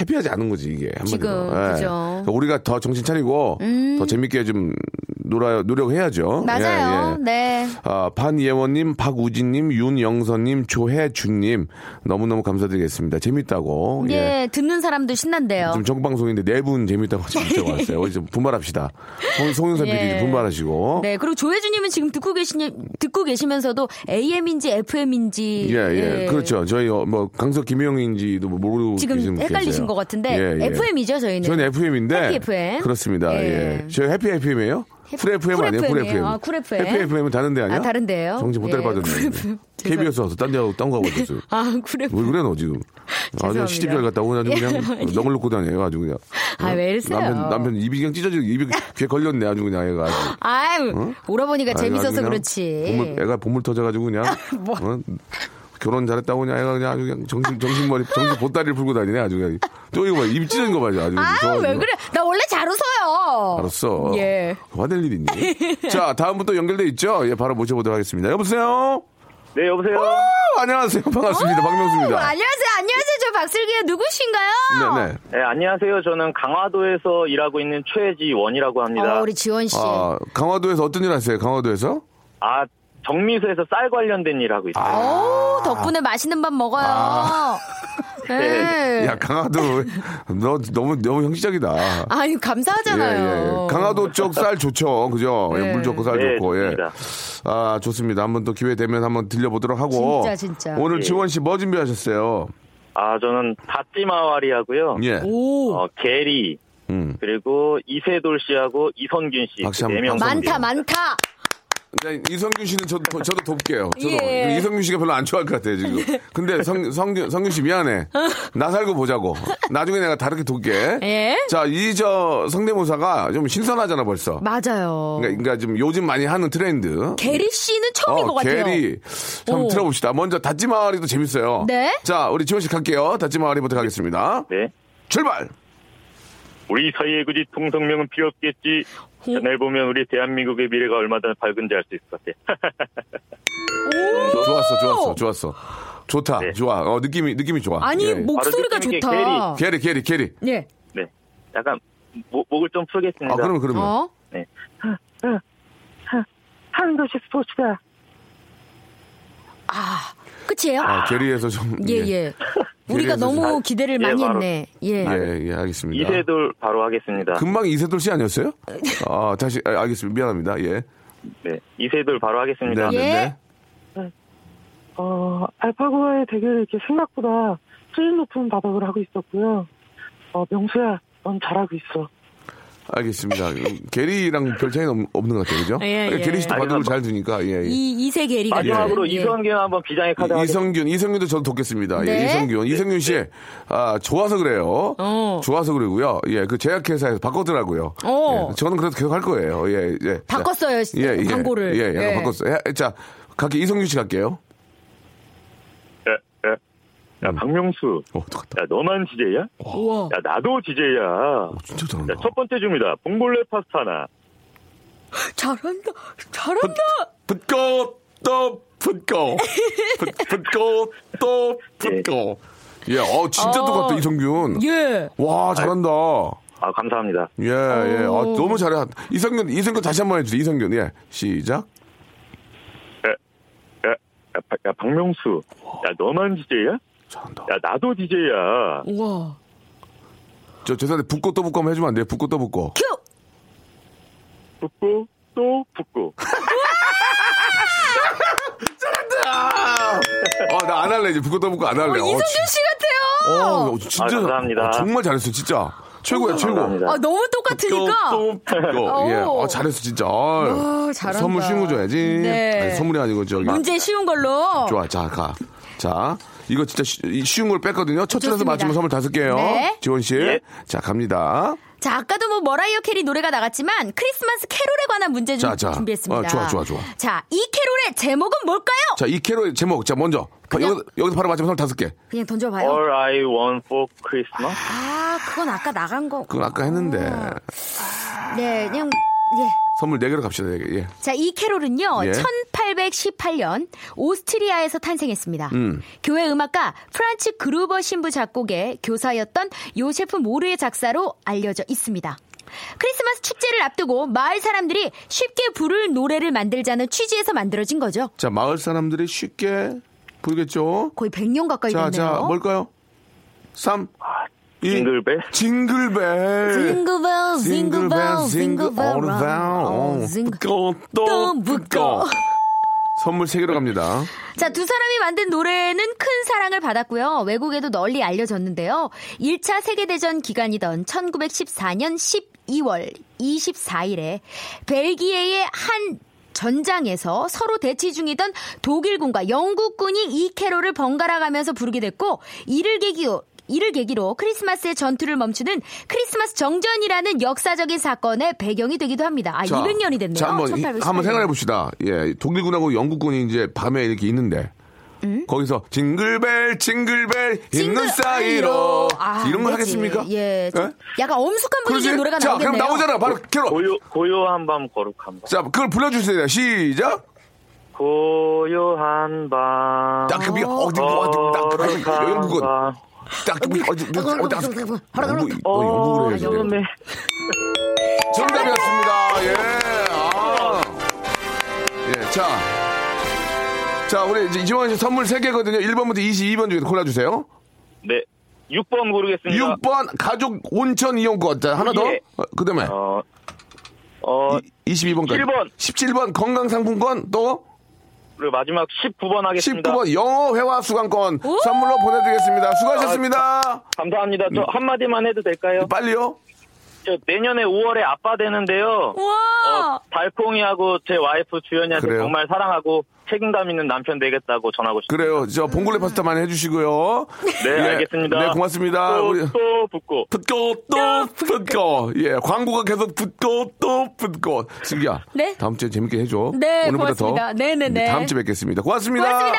[SPEAKER 2] 해피하지 않은 거지 이게 한마디로.
[SPEAKER 6] 지금, 그죠. 음.
[SPEAKER 2] 그러니까 우리가 더 정신 차리고 더 재밌게 좀 놀아 노력해야죠.
[SPEAKER 6] 맞아요.
[SPEAKER 2] 예, 예.
[SPEAKER 6] 네.
[SPEAKER 2] 아, 반예원님, 박우진님, 윤영선님, 조혜준님 너무너무 감사드리겠습니다. 재밌다고.
[SPEAKER 6] 예,
[SPEAKER 2] 예.
[SPEAKER 6] 듣는 사람도 신난대요.
[SPEAKER 2] 지금 정방송인데 네 분 재밌다고 지금 왔어요. 우리 좀 분발합시다. 송- 송윤선 PD
[SPEAKER 6] 예.
[SPEAKER 2] 분발하시고.
[SPEAKER 6] 네, 그리고 조혜주님은 지금 듣고 계시니 듣고 계시면서도 AM인지 FM인지
[SPEAKER 2] 예, 예, 그렇죠. 저희 어, 뭐 강석 김영인지도 뭐 모르고
[SPEAKER 6] 네. 지금
[SPEAKER 2] 계신 분
[SPEAKER 6] 헷갈리신
[SPEAKER 2] 계세요.
[SPEAKER 6] 것 같은데
[SPEAKER 2] 예, 예.
[SPEAKER 6] FM이죠 저희는.
[SPEAKER 2] 저는 FM인데
[SPEAKER 6] 네. 해피 FM?
[SPEAKER 2] 그렇습니다. 예.
[SPEAKER 6] 예.
[SPEAKER 2] 저희 해피 FM이에요? 쿨 FM
[SPEAKER 6] 쿨
[SPEAKER 2] 아니에요? 쿨
[SPEAKER 6] FM 이에요.
[SPEAKER 2] FM.
[SPEAKER 6] 아, 쿨 FM.
[SPEAKER 2] 해피 FM은 다른 데 아니야?
[SPEAKER 6] 아, 다른 데예요?
[SPEAKER 2] 정신 못
[SPEAKER 6] 예,
[SPEAKER 2] 따라
[SPEAKER 6] 쿨
[SPEAKER 2] 받았네.
[SPEAKER 6] FM.
[SPEAKER 2] KBS 와서 딴데 하고 딴거 하고 있어.
[SPEAKER 6] 아, 그래.
[SPEAKER 2] 왜 그래 너 지금? 아주
[SPEAKER 6] 죄송합니다. 예,
[SPEAKER 2] 시집 잘 갔다 오고 아주 그냥 넝을 놓고 다녀요 아주 그냥. 어?
[SPEAKER 6] 아, 왜 이러세요?
[SPEAKER 2] 남편 남편 입이 그냥 찢어지고 입이 귀에 걸렸네 아주 그냥 애가. 아주.
[SPEAKER 6] 아유, 오라버니가
[SPEAKER 2] 어? 아이고, 아주
[SPEAKER 6] 재밌어서
[SPEAKER 2] 그냥
[SPEAKER 6] 그렇지. 뭐.
[SPEAKER 2] 보물- 애가 보물 터져가지고 그냥 어? 결혼 잘했다고 그냥 애가 그냥 아주 그냥 정신 정신머리 정신 보따리를 풀고 다니네 아주 그냥 또 이거 봐입 찢은 거 봐요 아주
[SPEAKER 6] 아유,
[SPEAKER 2] 좋아가지고.
[SPEAKER 6] 왜 그래? 나 원래 잘 웃어요.
[SPEAKER 2] 알았어.
[SPEAKER 6] 예.
[SPEAKER 2] 화낼 일 있니? 자, 다음 분또 연결돼 있죠? 예, 바로 모셔보도록 하겠습니다. 여보세요?
[SPEAKER 7] 네, 여보세요?
[SPEAKER 2] 오, 안녕하세요. 반갑습니다.
[SPEAKER 6] 어,
[SPEAKER 2] 박명수입니다.
[SPEAKER 6] 안녕하세요, 안녕하세요. 저 박슬기의 누구신가요?
[SPEAKER 2] 네네.
[SPEAKER 7] 네, 안녕하세요. 저는 강화도에서 일하고 있는 최지원이라고 합니다.
[SPEAKER 6] 어, 우리 지원 씨.
[SPEAKER 2] 네. 아, 강화도에서 어떤 일 하세요? 강화도에서?
[SPEAKER 7] 아, 정미소에서 쌀 관련된 일 하고 있어요.
[SPEAKER 6] 오, 덕분에 맛있는 밥 먹어요.
[SPEAKER 2] 아.
[SPEAKER 6] 네.
[SPEAKER 2] 야, 강화도, 너 너무, 너무 형식적이다.
[SPEAKER 6] 아유,
[SPEAKER 2] 예,
[SPEAKER 6] 감사하잖아요.
[SPEAKER 2] 예. 강화도 쪽 쌀 좋죠. 그죠? 예,
[SPEAKER 6] 네.
[SPEAKER 2] 물 좋고 쌀
[SPEAKER 7] 네,
[SPEAKER 2] 좋고. 예.
[SPEAKER 7] 좋습니다.
[SPEAKER 2] 아, 좋습니다. 한번 또 기회 되면 한번 들려보도록 하고.
[SPEAKER 6] 진짜, 진짜.
[SPEAKER 2] 오늘
[SPEAKER 7] 예.
[SPEAKER 2] 지원 씨 뭐 준비하셨어요?
[SPEAKER 7] 아, 저는 다찌마와리 하고요.
[SPEAKER 2] 예.
[SPEAKER 6] 오,
[SPEAKER 7] 어, 게리,
[SPEAKER 2] 음.
[SPEAKER 7] 그리고 이세돌 씨하고 이선균 씨.
[SPEAKER 2] 박수 한번,
[SPEAKER 7] 네명
[SPEAKER 2] 박수
[SPEAKER 6] 많다, 많다.
[SPEAKER 2] 네, 이성균 씨는 저도, 저도 돕게요. 저도.
[SPEAKER 6] 예. 네.
[SPEAKER 2] 이성균 씨가 별로 안 좋아할 것 같아요, 지금. 근데 성, 성균, 성균 씨 미안해. 나 살고 보자고. 나중에 내가 다르게 돕게.
[SPEAKER 6] 예.
[SPEAKER 2] 자, 이 저 성대모사가 좀 신선하잖아, 벌써.
[SPEAKER 6] 맞아요.
[SPEAKER 2] 그러니까, 그러니까 좀 요즘 많이 하는 트렌드. 예. 어,
[SPEAKER 6] 게리 씨는 처음인 것 같아요.
[SPEAKER 2] 게리. 한번
[SPEAKER 6] 오.
[SPEAKER 2] 들어봅시다. 먼저 다찌마와리도 재밌어요.
[SPEAKER 6] 네.
[SPEAKER 2] 자, 우리 지원 씨 갈게요. 다찌마와리부터 가겠습니다.
[SPEAKER 7] 네.
[SPEAKER 2] 출발!
[SPEAKER 7] 우리 사이에 굳이 통성명은 필요 없겠지. 전날 보면 우리 대한민국의 미래가 얼마나 밝은지 알 수 있을 것 같아.
[SPEAKER 2] 좋았어, 좋았어, 좋았어. 좋다,
[SPEAKER 7] 네.
[SPEAKER 2] 좋아. 어, 느낌이, 느낌이 좋아.
[SPEAKER 6] 아니,
[SPEAKER 2] 예.
[SPEAKER 6] 목소리가
[SPEAKER 7] 바로 느낌이
[SPEAKER 6] 좋다.
[SPEAKER 2] 게리, 게리, 게리.
[SPEAKER 6] 예.
[SPEAKER 7] 네. 약간 목, 목을 좀 풀겠습니다.
[SPEAKER 2] 아, 그러면, 그러면.
[SPEAKER 6] 어?
[SPEAKER 4] 하는 것이 스포츠다.
[SPEAKER 6] 아, 끝이에요?
[SPEAKER 2] 아, 게리에서 좀.
[SPEAKER 6] 예,
[SPEAKER 2] 예.
[SPEAKER 6] 예.
[SPEAKER 2] 게리에서
[SPEAKER 6] 우리가 너무
[SPEAKER 2] 잘-
[SPEAKER 6] 기대를
[SPEAKER 7] 예,
[SPEAKER 6] 많이
[SPEAKER 7] 바로.
[SPEAKER 6] 했네. 예.
[SPEAKER 2] 예, 예, 알겠습니다.
[SPEAKER 7] 이세돌 바로 하겠습니다.
[SPEAKER 2] 금방 이세돌 씨 아니었어요? 아, 다시, 아, 알겠습니다. 미안합니다. 예.
[SPEAKER 7] 네. 이세돌 바로 하겠습니다.
[SPEAKER 2] 네,
[SPEAKER 6] 예.
[SPEAKER 2] 네.
[SPEAKER 4] 어, 알파고와의 대결을 이렇게 생각보다 수준 높은 바닥을 하고 있었고요. 어, 명수야, 넌 잘하고 있어.
[SPEAKER 2] 알겠습니다. 음, 게리랑 별 차이는 없- 없는 것 같아요, 그죠?
[SPEAKER 8] 예, 예.
[SPEAKER 2] 게리 씨도 바둑을 잘 두니까, 예, 예.
[SPEAKER 8] 이 이세 계리가
[SPEAKER 7] 마지막으로
[SPEAKER 8] 예.
[SPEAKER 7] 이성균 한번 비장의 카드
[SPEAKER 2] 이-
[SPEAKER 7] 하겠습니다.
[SPEAKER 2] 이성균, 이성균도 저도 돕겠습니다.
[SPEAKER 8] 네.
[SPEAKER 2] 예, 이성균, 이성균 씨, 아 좋아서 그래요.
[SPEAKER 8] 어.
[SPEAKER 2] 좋아서 그러고요. 예, 그 제약회사에서 바꿨더라고요.
[SPEAKER 8] 어.
[SPEAKER 2] 예, 저는 그래도 계속 할 거예요. 예, 예. 자,
[SPEAKER 8] 바꿨어요,
[SPEAKER 2] 예, 예.
[SPEAKER 8] 광고를.
[SPEAKER 2] 예, 약간
[SPEAKER 8] 예.
[SPEAKER 2] 바꿨어요. 예, 자, 갈게 이성균 씨 갈게요.
[SPEAKER 7] 야, 야. 야, 박명수.
[SPEAKER 2] 어, 똑같다.
[SPEAKER 7] 야, 너만 DJ야?
[SPEAKER 8] 우와.
[SPEAKER 7] 야, 나도 DJ야. 야,
[SPEAKER 2] 어, 진짜 잘한다.
[SPEAKER 7] 네, 첫 번째 줍니다. 봉골레 파스타 하나.
[SPEAKER 8] 잘한다. 잘한다.
[SPEAKER 2] 붙고 또 붙고 붙- 붙고 또 붙고. 예, 어 진짜
[SPEAKER 8] 어.
[SPEAKER 2] 똑같다 이성균.
[SPEAKER 8] 예.
[SPEAKER 2] 와 잘한다.
[SPEAKER 7] 아, 감사합니다.
[SPEAKER 2] 예, 예. 아,
[SPEAKER 8] 어.
[SPEAKER 2] 너무 잘해. 이성균, 이성균 다시 한 번 해주세요. 이성균, 예. 시작.
[SPEAKER 7] 야, 야, 박- 야, 박명수. 야, 너만 DJ야?
[SPEAKER 2] 잘한다.
[SPEAKER 7] 야, 나도 DJ야.
[SPEAKER 8] 우와.
[SPEAKER 2] 저 죄송한데 붙고 또 붙고 한번 해주면 안 돼요? 붙고 또 붙고.
[SPEAKER 8] 큐.
[SPEAKER 7] 붙고, 또 붙고.
[SPEAKER 2] 어, 나 안 할래 이제 붙고 또 붙고 안 할래. 어,
[SPEAKER 8] 이성균 씨 같아요.
[SPEAKER 2] 어, 진짜
[SPEAKER 7] 아,
[SPEAKER 2] 잘-
[SPEAKER 7] 감사합니다. 음,
[SPEAKER 2] 어, 정말 잘했어 진짜. 최고야 최고.
[SPEAKER 7] 감사합니다.
[SPEAKER 8] 아, 너무 똑같으니까.
[SPEAKER 2] 또, 또, 또. 예.
[SPEAKER 8] 오.
[SPEAKER 2] 어, 잘했어 진짜. 어,
[SPEAKER 8] 와, 잘한다.
[SPEAKER 2] 선물 쉬운 거 줘야지.
[SPEAKER 8] 네.
[SPEAKER 2] 아니, 선물이 아니고 저기.
[SPEAKER 8] 문제 쉬운 걸로.
[SPEAKER 2] 좋아, 자, 가. 자, 이거 진짜 쉬, 이 쉬운 걸 뺐거든요. 첫 줄에서
[SPEAKER 8] 좋습니다.
[SPEAKER 2] 맞추면 선물 다섯 개요.
[SPEAKER 8] 네.
[SPEAKER 2] 지원 씨.
[SPEAKER 7] 예.
[SPEAKER 2] 자, 갑니다.
[SPEAKER 8] 자, 아까도 뭐 머라이어 캐리 노래가 나갔지만 크리스마스 캐롤에 관한 문제 좀
[SPEAKER 2] 자, 자.
[SPEAKER 8] 준비했습니다.
[SPEAKER 2] 어, 좋아, 좋아, 좋아.
[SPEAKER 8] 자, 이 캐롤의 제목은 뭘까요?
[SPEAKER 2] 자, 이 캐롤 제목. 자, 먼저. 여기, 여기서 바로 맞추면 선물 다섯 개.
[SPEAKER 8] 그냥 던져봐요.
[SPEAKER 7] All I want for Christmas.
[SPEAKER 8] 아, 그건 아까 나간 거.
[SPEAKER 2] 그건 아까 했는데.
[SPEAKER 8] 음. 네, 그냥 예.
[SPEAKER 2] 선물 네 개로 갑시다, 네 개. 예.
[SPEAKER 8] 자, 이 캐롤은요,
[SPEAKER 2] 예.
[SPEAKER 8] 1818년 오스트리아에서 탄생했습니다.
[SPEAKER 2] 음.
[SPEAKER 8] 교회 음악가 프란츠 그루버 신부 작곡의 교사였던 요세프 모르의 작사로 알려져 있습니다. 크리스마스 축제를 앞두고 마을 사람들이 쉽게 부를 노래를 만들자는 취지에서 만들어진 거죠.
[SPEAKER 2] 자, 마을 사람들이 쉽게 부르겠죠?
[SPEAKER 8] 거의 100년 가까이
[SPEAKER 2] 자,
[SPEAKER 8] 됐네요.
[SPEAKER 2] 자, 뭘까요? 3, 2,
[SPEAKER 7] 아, 징글벨?
[SPEAKER 2] 징글벨.
[SPEAKER 8] 징글벨, 징글벨, 징글벨,
[SPEAKER 2] all
[SPEAKER 8] 어,
[SPEAKER 2] around.
[SPEAKER 8] 징글-
[SPEAKER 2] 붙고 또
[SPEAKER 8] 또 붙고.
[SPEAKER 2] 붙고. 선물 세개로 갑니다.
[SPEAKER 8] 자, 두 사람이 만든 노래는 큰 사랑을 받았고요. 외국에도 널리 알려졌는데요. 1차 세계대전 기간이던 1914년 12월 24일에 벨기에의 한 전장에서 서로 대치 중이던 독일군과 영국군이 이 캐롤을 번갈아 가면서 부르게 됐고 이를 계기로 이를 계기로 크리스마스의 전투를 멈추는 크리스마스 정전이라는 역사적인 사건의 배경이 되기도 합니다. 아, 200년이 됐네요.
[SPEAKER 2] 자, 한번,
[SPEAKER 8] 1818 년.
[SPEAKER 2] 한번 생각해 봅시다. 예, 독일군하고 영국군이 이제 밤에 이렇게 있는데. 거기서 징글벨 징글벨 있는 사이로
[SPEAKER 8] 아,
[SPEAKER 2] 이런 걸
[SPEAKER 8] 안 되지.
[SPEAKER 2] 하겠습니까?
[SPEAKER 8] 예. 좀
[SPEAKER 2] 예?
[SPEAKER 8] 약간 엄숙한 분위기의
[SPEAKER 2] 그러지?
[SPEAKER 8] 노래가
[SPEAKER 2] 자,
[SPEAKER 8] 나오겠네요.
[SPEAKER 2] 그럼 나오잖아.
[SPEAKER 7] 어,
[SPEAKER 2] 바로 캐롤.
[SPEAKER 7] 고요, 고요한 밤 거룩한 밤.
[SPEAKER 2] 자, 그걸 불러주세요. 시작.
[SPEAKER 7] 고요한 밤.
[SPEAKER 2] 딱 그게 어디 어디 딱그
[SPEAKER 7] 거룩한
[SPEAKER 2] 영국군.
[SPEAKER 7] 밤.
[SPEAKER 2] 딱 아, 그게 어디 어디 영국
[SPEAKER 7] 어,
[SPEAKER 2] 영국을 해야지.
[SPEAKER 7] 여름에.
[SPEAKER 2] 정답이었습니다. 예. 아. 예. 자. 자, 우리 이제 이지원 씨 선물 3개거든요. 1번부터 22번 중에서 골라주세요.
[SPEAKER 7] 네. 6번 고르겠습니다.
[SPEAKER 2] 6번 가족 온천 이용권. 자, 하나 더.
[SPEAKER 7] 네. 예.
[SPEAKER 2] 그 다음에
[SPEAKER 7] 어, 어,
[SPEAKER 2] 22번까지.
[SPEAKER 7] 17번.
[SPEAKER 2] 17번 건강상품권 또
[SPEAKER 7] 그리고 마지막 19번 하겠습니다.
[SPEAKER 2] 19번 영어 회화 수강권 선물로 보내드리겠습니다. 수고하셨습니다.
[SPEAKER 7] 감사합니다.
[SPEAKER 2] 음.
[SPEAKER 7] 저 한마디만 해도 될까요?
[SPEAKER 2] 빨리요.
[SPEAKER 7] 저 내년에 5월에 아빠 되는데요.
[SPEAKER 8] 와!
[SPEAKER 7] 어, 달콩이하고 제 와이프 주연이한테
[SPEAKER 2] 그래요?
[SPEAKER 7] 정말 사랑하고 책임감 있는 남편 되겠다고 전하고 싶습니다.
[SPEAKER 2] 그래요. 저 봉골레 파스타 많이 해주시고요.
[SPEAKER 7] 네,
[SPEAKER 2] 예.
[SPEAKER 7] 알겠습니다.
[SPEAKER 2] 네, 고맙습니다.
[SPEAKER 7] 또,
[SPEAKER 2] 우리
[SPEAKER 7] 또 붙고.
[SPEAKER 2] 붙고 또 붙고 예 광고가 계속 붙고 또 붙고 슬기야
[SPEAKER 8] 네.
[SPEAKER 2] 다음 주에 재밌게 해줘
[SPEAKER 8] 네,
[SPEAKER 2] 오늘보다
[SPEAKER 8] 고맙습니다.
[SPEAKER 2] 더
[SPEAKER 8] 네네네.
[SPEAKER 2] 다음 주에 뵙겠습니다 고맙습니다
[SPEAKER 8] 고맙습니다.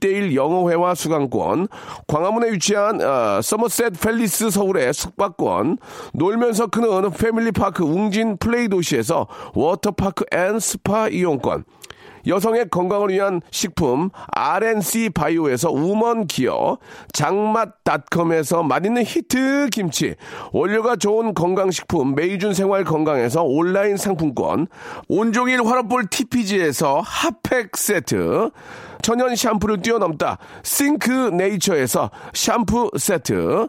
[SPEAKER 9] 1대1 영어회화 수강권, 광화문에 위치한 어, 서머셋 팰리스 서울의 숙박권, 놀면서 크는 패밀리파크 웅진 플레이 도시에서 워터파크 앤 스파 이용권,
[SPEAKER 1] 여성의 건강을 위한 식품 RNC 바이오에서 우먼 기어, 장맛닷컴에서 맛있는 히트 김치, 원료가 좋은 건강식품 메이준 생활 건강에서 온라인 상품권, 온종일 화롯볼 TPG에서 핫팩 세트, 천연 샴푸를 뛰어넘다 싱크 네이처에서 샴푸 세트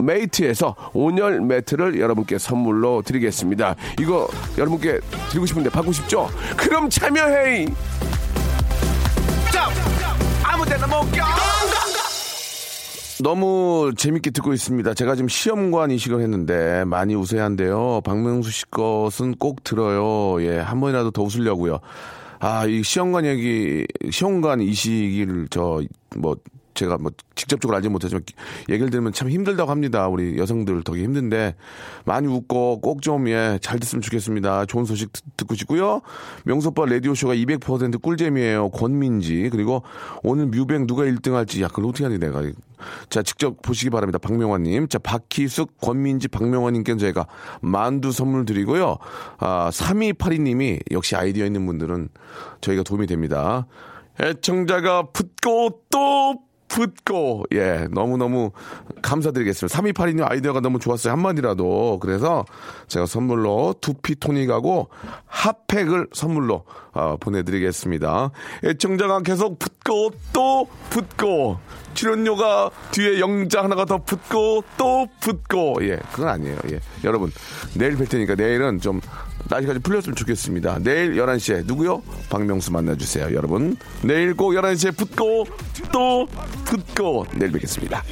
[SPEAKER 1] 메이트에서 온열 매트를 여러분께 선물로 드리겠습니다. 이거 여러분께 드리고 싶은데 받고 싶죠? 그럼 참여해!
[SPEAKER 2] 너무 재밌게 듣고 있습니다. 제가 지금 시험관 이식을 했는데 많이 웃어야 한대요. 박명수 씨 것은 꼭 들어요. 예, 한 번이라도 더 웃으려고요. 아, 이 시험관 얘기, 시험관 이식을 저, 뭐, 제가 뭐 직접적으로 알지 못하지만 얘기를 들으면 참 힘들다고 합니다. 우리 여성들 되게 힘든데 많이 웃고 꼭 좀 예, 잘 됐으면 좋겠습니다. 좋은 소식 듣- 듣고 싶고요. 명소빠 라디오쇼가 200% 꿀잼이에요. 권민지. 그리고 오늘 뮤뱅 누가 1등 할지 야, 그걸 어떻게 하니 내가. 자, 직접 보시기 바랍니다. 박명환님. 자, 박희숙, 권민지, 박명환님께 저희가 만두 선물 드리고요. 아, 3282님이 역시 아이디어 있는 분들은 저희가 도움이 됩니다. 애청자가 붙고 또 붙고 예 너무너무 감사드리겠습니다 3282님 아이디어가 너무 좋았어요 한마디라도 그래서 제가 선물로 두피 토닉하고 핫팩을 선물로 아, 보내드리겠습니다 애청자가 계속 붙고 또 붙고 출연료가 뒤에 영자 하나가 더 붙고 또 붙고 예 그건 아니에요 예 여러분 내일 뵐 테니까 내일은 좀 날씨까지 풀렸으면 좋겠습니다. 내일 11시에 누구요? 박명수 만나주세요, 여러분. 내일 꼭 11시에 붙고 또 붙고 내일 뵙겠습니다.